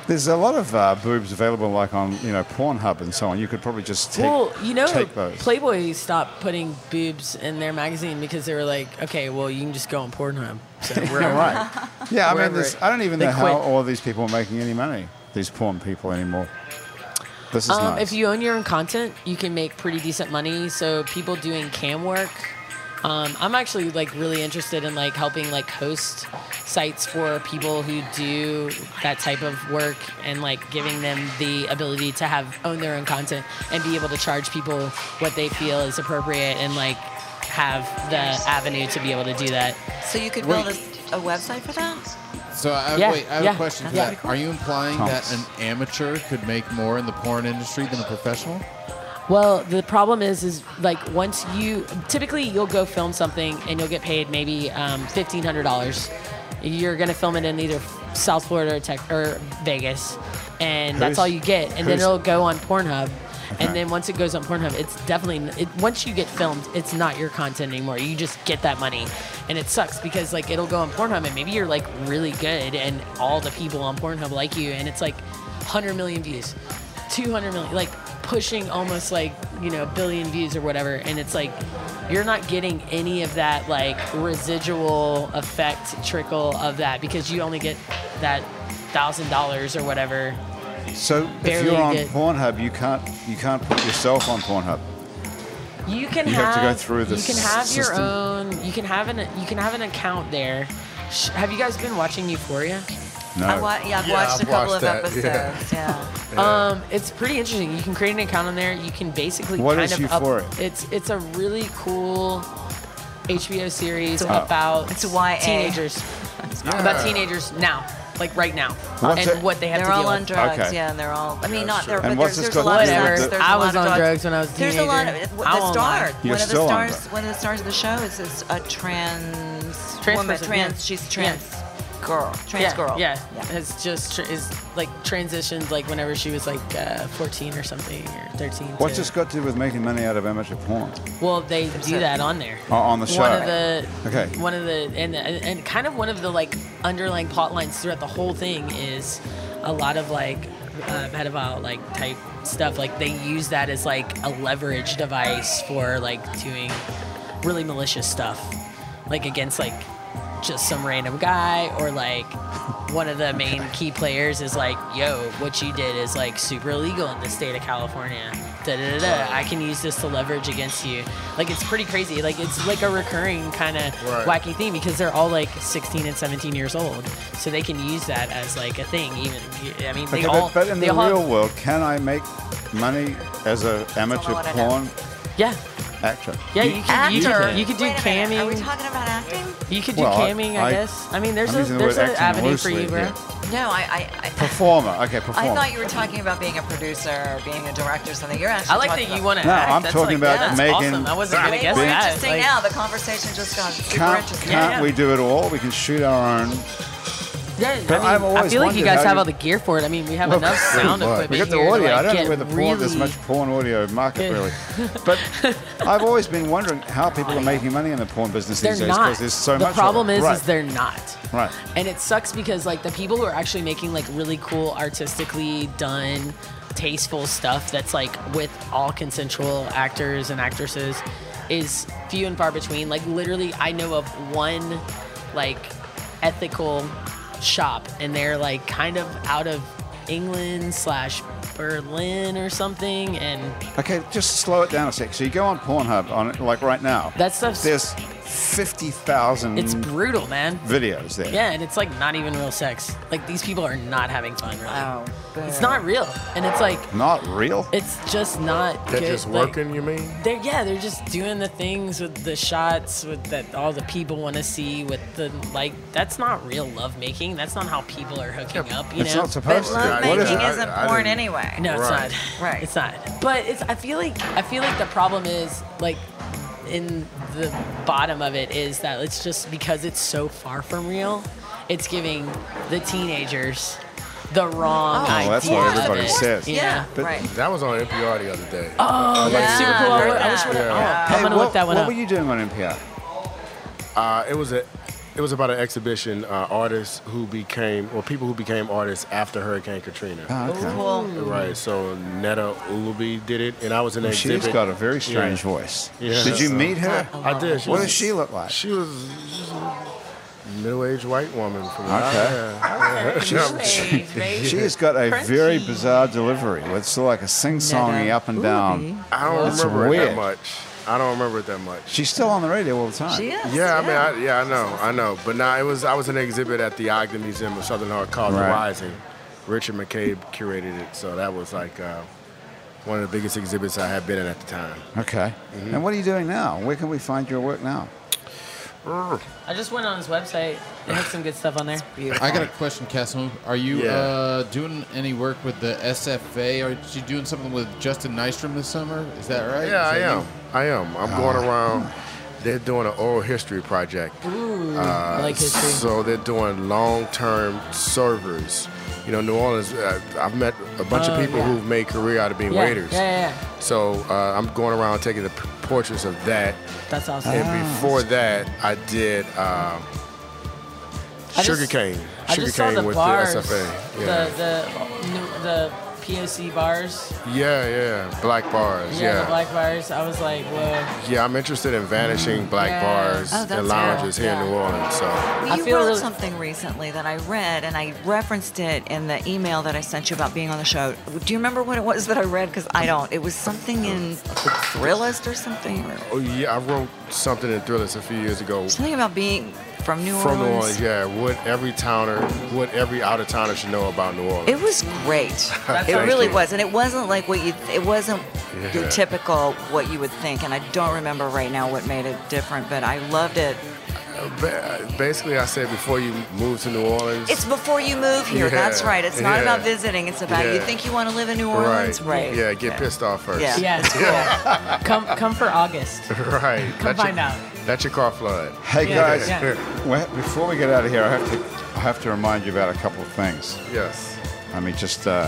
There's a lot of uh, boobs available, like on you know Pornhub and so on. You could probably just take,
well, you know,
take those.
Playboy stopped putting boobs in their magazine because they were like, okay, well, you can just go on Pornhub. So we're
yeah, right. Yeah, I mean,
Wherever
there's,
it-
I don't even
they
know how
quit.
all these people are making any money. These porn people anymore. This is
Um,
nice.
If you own your own content, you can make pretty decent money. So people doing cam work. Um, I'm actually like really interested in like helping like host sites for people who do that type of work and like giving them the ability to have own their own content and be able to charge people what they feel is appropriate and like have the avenue to be able to do that.
So you could
Wait.
build a, a website for that?
So I,
Yeah,
wait, I have
yeah.
a question for
Yeah.
that. Are you implying that an amateur could make more in the porn industry than a professional?
Well, the problem is, is like once you typically you'll go film something and you'll get paid maybe um, fifteen hundred dollars. You're gonna film it in either South Florida or Tech or Vegas, and
Who's-
that's all you get. And then
who's-
it'll go on Pornhub.
Okay.
And then once it goes on Pornhub, it's definitely it, once you get filmed, it's not your content anymore. You just get that money, and it sucks because like it'll go on Pornhub, and maybe you're like really good, and all the people on Pornhub like you, and it's like 100 million views, 200 million, like pushing almost like you know billion views or whatever, and it's like you're not getting any of that like residual effect trickle of that because you only get that thousand dollars or whatever.
so if
barely
you're on
get-
Pornhub, you can't you can't put yourself on Pornhub.
You can
You have
have,
to go through this
You can have your
system.
own. You can have an. You can have an account there. Sh- Have you guys been watching Euphoria?
No.
I wa- yeah, I've
Yeah,
watched
I've
a couple
watched
of
that,
episodes.
yeah.
Yeah.
Um, it's pretty interesting. You can create an account on there. You can basically
What
kind
is
of
Euphoria?
Up, it's it's a really cool HBO series
a-
about
it's a YA.
teenagers. About teenagers now, like right now,
What's
and
it-
what they have
They're
to
all
deal
on
with.
drugs.
Okay.
Yeah, and they're all. I mean,
Yeah,
not
sure.
there,
And
but
what's
there's,
this
there's a
got to
lot of
do with
drugs.
the-
There's a
I
lot
was
of
on
drugs.
drugs when I was a
There's a lot of
teenager.
it-
I'm
the
on
stars.
mine.
You're
One of
still
the
on
stars. One of the stars of the show is this a trans,
Trans
woman.
person,
Trans.
yeah.
She's trans girl. Trans
yeah,
girl.
Yeah, has just tr- is like transitioned like whenever she was like uh, 14 or something or 13.
What's
to-
this got to do with making money out of amateur porn?
Well, they do
it.
that on there.
Oh, on the show.
One of the
Okay.
One of the and and and kind of one of the like underlying plot lines throughout the whole thing is a lot of like uh, pedophile like type stuff. Like they use that as like a leverage device for like doing really malicious stuff, like against like just some random guy or like one of the main key players is like, yo, what you did is like super illegal in the state of California. Da, da, da, da. I can use this to leverage against you. Like it's pretty crazy. Like it's like a recurring kind of
Right.
wacky thing because they're all like 16 and 17 years old, so they can use that as like a thing. Even I mean, they
Okay,
all.
but, but in
they
the
all have-
real world, can I make money as an amateur
wanna know.
porn
yeah,
actor?
yeah, you can, you
Actor.
can you could do
Wait a minute, Are we
camming.
talking about acting?
You could do
Well, I-
camming, I,
I-
guess. I mean, there's
I'm
a
using the word
there's an
acting
avenue for
loosely
you, bro.
here.
No, I. I, I
Performer. Okay,
I
performer.
thought you were talking about being a producer or being a director or something. You're actually.
I like
talking
that you
about-
want to
No,
act.
I'm
That's
talking
like,
about
that's
making-
awesome. I wasn't gonna
Way
guess
more
that.
interesting
Like,
now. The conversation just got super
can't
interesting.
can't
Yeah.
we do it all? We can shoot our own.
Yeah,
But
I,
I've
mean, I
always
feel like you
wondered
guys
how
have
you-
all the gear for it. I mean, we have enough sound
Right.
equipment.
We got the
here to,
audio.
like,
I don't know
get
where the porn, there's
really-
much porn audio market
Yeah.
really, but I've always been wondering how people are making money in the porn business
They're
these days
not.
because there's so
the
much.
problem
of it.
is,
right.
is they're not.
Right.
And it sucks because like the people who are actually making like really cool, artistically done, tasteful stuff that's like with all consensual actors and actresses is few and far between. Like literally, I know of one like ethical shop, and they're like kind of out of England slash Berlin or something, and
Okay, just slow it down a sec. So you go on Pornhub on it, like right now.
That stuff's-
there's fifty thousand
it's brutal, man.
videos there.
Yeah, and it's like not even real sex. Like these people are not having fun, really.
Oh,
It's not real, and it's like
Not real.
it's just not.
That
good.
just
like,
working, you mean?
They're yeah, they're just doing the things with the shots with that all the people want to see with the like. That's not real love making. That's not how people are hooking up. You
it's
know.
not
But
supposed to.
love
be. What is it?
lovemaking
making I-
isn't
I
porn
didn't-
anyway.
no, it's
Right.
not.
Right.
It's not. But it's. I feel like I feel like the problem is like in the bottom of it is that it's just because it's so far from real. It's giving the teenagers the wrong
Oh,
idea.
that's what
of
everybody
it,
says.
you
Yeah,
know?
But-
right.
That was on NPR the other day.
Oh, that's super cool. I, I wish.
Yeah.
Oh, I'm
Hey,
gonna
what,
look that one
what
up.
were you doing on NPR?
Uh, it was a, it was about an exhibition. Uh, artists who became, or people who became artists after Hurricane Katrina.
Oh, okay.
Cool.
Right. So Netta Ulubi did it, and I was in that
She's
exhibit.
got a very strange voice.
Yeah.
Did you
So-
meet her?
I did. She
What
was-
does she look like?
She was middle-aged white woman from
Okay.
Hey, baby.
She has got a very bizarre delivery. It's sort of like a sing-songy
Netta
up and down.
I don't
That's
remember it
weird.
that much. I don't remember it that much.
She's still on the radio all the time.
She is.
Yeah, I mean, I, yeah, I know, I know. But now it was I was in an exhibit at the Ogden Museum of Southern Art called
Right.
The Rising. Richard McCabe curated it, so that was like uh, one of the biggest exhibits I had been in at the time.
Okay. And what are you doing now? Where can we find your work now?
I just went on his website. They have some good stuff on there.
Beautiful.
I got a question, Castle. Are you
Yeah.
uh, doing any work with the SFA? Are you doing something with Justin Nystrom this summer? Is that right?
Yeah,
Is
I
that
am.
you?
I am. I'm going
Uh-huh.
around. They're doing an oral history project.
I like history.
Uh, So they're doing long-term servers. You know, New Orleans. Uh, I've met a bunch of people who've made career out of being
Uh, yeah,
waiters.
Yeah, yeah,
So uh, I'm going around taking the p- portraits of that.
that's awesome.
And before that, I did uh,
I
sugar
just-
cane.
I
Sugar
just saw
cane
the
with
bars,
the SFA. Yeah.
The the new, the POC bars.
yeah, yeah. Black bars.
Yeah,
Yeah.
the black bars. I was like, whoa.
Yeah, I'm interested in vanishing black
Mm, Yeah.
bars
Oh, that's
and lounges
cool.
here
Yeah.
in New Orleans. So
Well,
I
you
feel
wrote
really-
something recently that I read, and I referenced it in the email that I sent you about being on the show. Do you remember what it was that I read? Because I don't. It was something in Thrillist or something. or-
Oh yeah, I wrote something in Thrillers a few years ago.
Something about being from New
From New
Orleans.
Orleans, yeah. What every towner, what every out of towner should know about New Orleans.
It was great. it
Thank
really
you.
was, and it wasn't like what you. It wasn't your
Yeah.
typical what you would think, and I don't remember right now what made it different, but I loved it.
Ba- Basically, I said before you move to New Orleans,
It's before you move here.
Yeah.
That's right. It's not
Yeah.
about visiting. It's about you
Yeah.
think you want to live in New
right?
Orleans, right?
Yeah, get pissed off first.
Yeah.
Yeah, it's cool. come come for August.
right. Come
find
your,
out.
Let your car flood.
Hey
Yeah,
guys,
yeah.
well, before we get out of here, I have to I have to remind you about a couple of things.
Yes.
Let me just uh,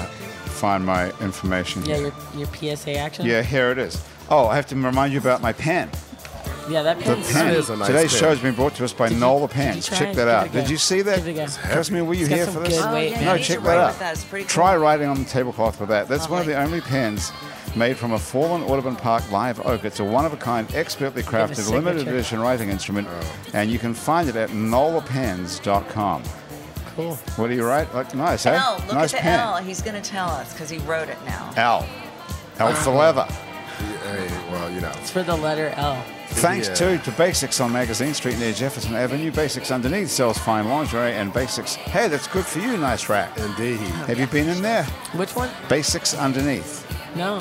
find my information.
Yeah,
here.
your your PSA action.
yeah, here it is. Oh, I have to remind you about my pen.
yeah, that
The
pen's
pen.
It
sweet.
is a nice
Today's
pen.
show has been brought to us by
Did you-
Nola
did you
Pens.
try
Check
it?
that out.
Give it a
Did
go.
you see that?
Give it a go. It's
Trust me, were you
It's got
here
some
for this?
good Oh, weight yeah, in
no,
it. you
check
should
that
write
out.
with that. It's pretty cool.
Try writing on the tablecloth with that. That's one of
Lovely.
the only pens made from a fallen Audubon Park live oak. It's a one-of-a-kind, expertly crafted, limited
signature.
edition writing instrument, and you can find it at nolapens.com.
Cool.
What do you write? Like, nice, eh?
L, look
nice
at the
pen.
L. He's going to tell us because he wrote it now.
L. L for leather.
Uh-huh. Hey, well, you know.
It's for the letter L.
Thanks
Yeah.
too to Basics on Magazine Street near Jefferson Avenue. Basics underneath sells fine lingerie and Basics. Hey, that's good for you. Nice rack.
Indeed.
Have you been in there?
Which one?
Basics underneath.
No.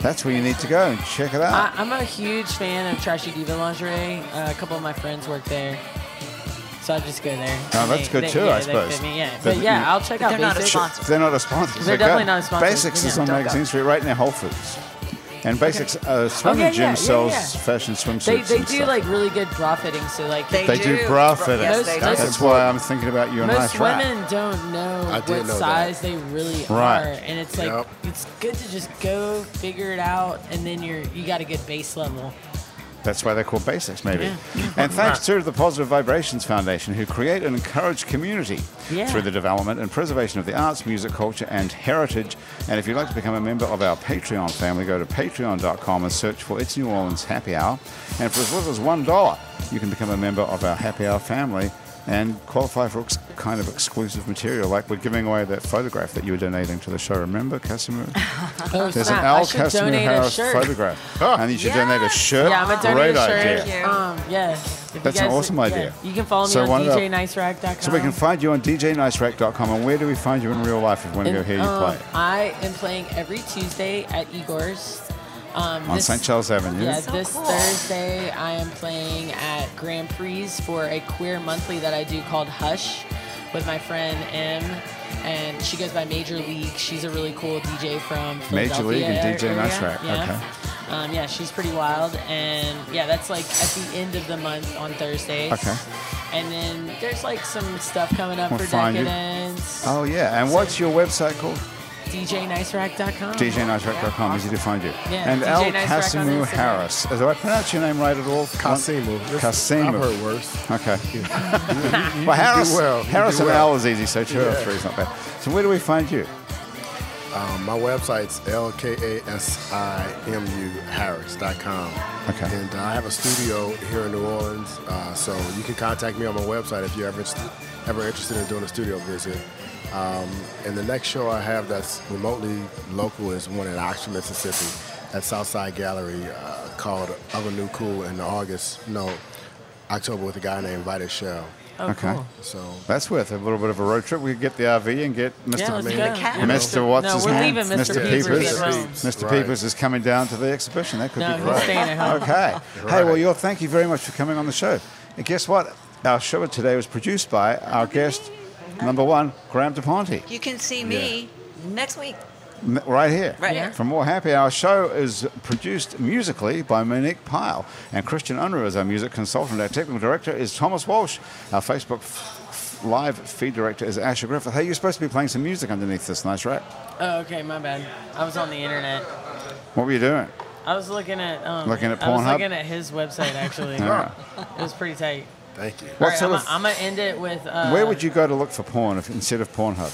That's where you need to go and check it out.
I, I'm a huge fan of Trashy Diva lingerie. Uh, a couple of my friends work there. So I just go there.
Oh,
And
that's
they-
good
they-
too,
yeah,
I
they fit
suppose.
me, yeah.
But
But
you-
yeah, I'll check
But
out
they're not a
Basics.
sponsor.
They're not a sponsor. so
Uh, They're definitely
go.
not a sponsor.
Basics is
Yeah, Oh,
on
don't
Magazine
go.
Street, right near Whole Foods. And Basics uh, swimming
yeah,
gym
yeah,
sells
yeah.
fashion swimsuits.
They, they
and
do
stuff.
like really good bra fitting, so like
They,
They do bra fittings.
Yes, they
Most-
do.
most-
That's why I'm thinking about you and
most
nice rack.
women don't know
I
what
did know that.
size they really
Right.
are, and it's like
Yep.
it's good to just go figure it out, and then you're you got a good base level.
Uh-huh.
That's why they're called basics, maybe. And thanks too to the Positive Vibrations Foundation, who create and encourage community
Yeah.
through the development and preservation of the arts, music, culture, and heritage. And if you'd like to become a member of our Patreon family, go to patreon.com and search for It's New Orleans Happy Hour. And for as little as $1, you can become a member of our Happy Hour family. and qualify for ex- kind of exclusive material. Like we're giving away that photograph that you were donating to the show. Remember, Casimir?
Oh,
There's an
snap. I
Al
should
Casimir
donate a
Harris
shirt.
photograph. Oh, and you should donate a
Yes.
shirt.
Yeah, I'm gonna
Great
donate a shirt.
idea.
Thank you.
Um, yes. If you
That's an awesome
yeah.
idea.
You can follow me
So
on
one of the-
djnicerack.com.
So we can find you on djnicerack.com. And where do we find you in real life if we want to go
And,
hear you
um,
play?
I am playing every Tuesday at Igor's. Um,
On
this-
St. Charles Avenue.
Yeah,
So
this
cool.
Thursday I am playing at Grand Prix for a queer monthly that I do called Hush with my friend M. And she goes by Major League. She's a really cool DJ from
Major
Philadelphia.
League and DJ
area.
Nicerack.
Yeah.
Okay.
Um, yeah, she's pretty wild. And yeah, that's like at the end of the month on Thursdays.
Okay.
And then there's like some stuff coming up
We'll
for
find you.
Decadence.
Oh, yeah. And what's your website called?
DJNicerack.com.
djnicerack.com. Easy to find you.
Yeah,
and
DJ
Al
Nicerack on
Casimu
Instagram.
Harris. Do I pronounce your name right at all?
Casimu. I've
Casimu.
heard worse.
Okay. well, Harris,
do well. You
Harris
do
and
well.
Al is easy, so two or three is not bad. So where do we find you?
Um, my website's lkasimuharris.com.
Okay.
And uh, I have a studio here in New Orleans, uh, so you can contact me on my website if you're ever, ever interested in doing a studio visit. Um, and the next show I have that's remotely local is one in Oxford, Mississippi, at Southside Gallery uh, called Of a New Cool in August, no, October with a guy named Vita Shell.
Oh,
Okay.
cool.
So
That's worth a little bit of a road trip. We could get the RV and get Mr.
Yeah, let's
mean,
go.
the cat-
Mr. What's
no,
his
we're
name?
leaving Mr.
Mr.
Peepers,
Peepers.
at home.
Mr.
Right.
Peepers is coming down to the exhibition. That could
No,
be
he's
great.
staying at home.
Okay. Hey,
Right.
well, you thank you very much for coming on the show. And guess what? Our show today was produced by our guest, number one, Graham DePonte.
You can see me next week.
M- right here.
Right here.
For more happy hour show is produced musically by Monique Pyle and Christian Unruh is our music consultant. Our technical director is Thomas Walsh. Our Facebook f- f- live feed director is Asher Griffith. Hey, you're supposed to be playing some music underneath this nice rap.
Oh, okay, my bad. I was on the internet.
What were you doing?
I was looking at um,
Looking at
I was
Pornhub?
looking at his website actually.
All right.
It was pretty tight.
thank you.
What
All right,
sort
I'm,
of-
gonna- I'm gonna end it with. Uh,
Where would you go to look for porn if, instead of Pornhub?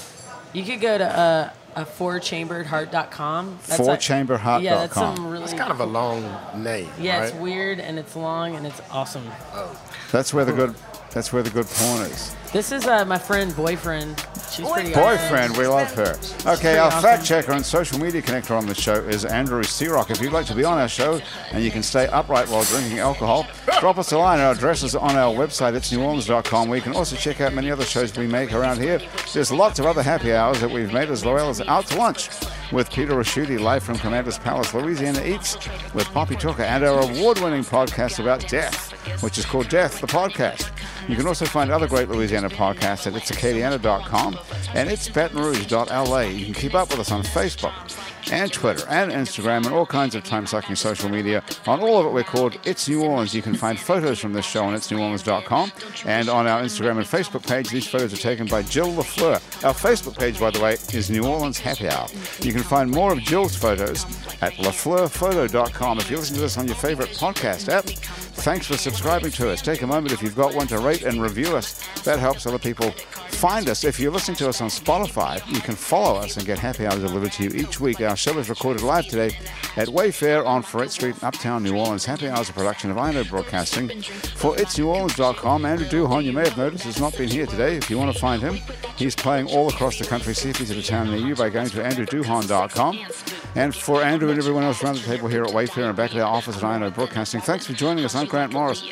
You could go to uh, a fourchamberedheart.com. That's like-
Fourchamberedheart.com.
Yeah, that's some really.
It's kind of a long name.
yeah, it's
right?
weird and it's long and it's awesome.
That's
oh.
where the good. That's where the good porn is.
This is uh, my friend boyfriend. She's pretty.
Boyfriend, we
She's
love
been-
her.
she's
Okay,
pretty
our fact
awesome.
checker and social media connector on the show is Andrew Searock. If you'd like to be on our show and you can stay upright while drinking alcohol, drop us a line. Our address is on our website, it's neworleans.com, where you can also check out many other shows we make around here. There's lots of other happy hours that we've made as well as Out to Lunch with Peter Raschuti, live from Commander's Palace, Louisiana Eats, with Poppy Tucker, and our award winning podcast about death, which is called Death, the podcast. You can also find other great Louisiana podcasts at itsacadiana.com and it's batonrouge.la. You can keep up with us on Facebook and Twitter and Instagram and all kinds of time-sucking social media. On all of it, we're called It's New Orleans. You can find photos from this show on itsneworleans.com and on our Instagram and Facebook page. These photos are taken by Jill LaFleur. Our Facebook page, by the way, is New Orleans Happy Hour. You can find more of Jill's photos at lafleurphoto.com. If you listen to this on your favorite podcast app, thanks for subscribing to us. Take a moment if you've got one to rate and review us. That helps other people find us. If you're listening to us on Spotify, you can follow us and get happy hours delivered to you each week. Our show is recorded live today at Wayfair on Ferret Street in Uptown New Orleans. Happy Hours is a production of INO Broadcasting. For itsneworleans.com, Andrew Duhon, you may have noticed, has not been here today. If you want to find him, he's playing all across the country. See if he's at a town near you by going to andrewduhon.com. And for Andrew and everyone else around the table here at Wayfair and back at our office at INO Broadcasting, thanks for joining us. I'm Grant Morris.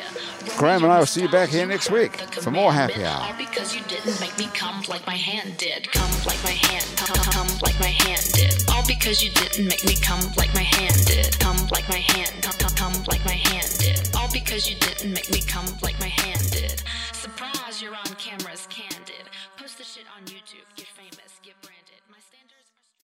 Graham and I will see you back here next week for more Happy Hour.
All because you didn't make me come like my hand did. Come like my hand. Come, come like my hand did. All because you didn't make me come like my hand did. Come like my hand. Come, come, come like my hand did. All because you didn't make me come like my hand did. Surprise, you're on cameras candid. Post the shit on YouTube. Get famous. Get brand.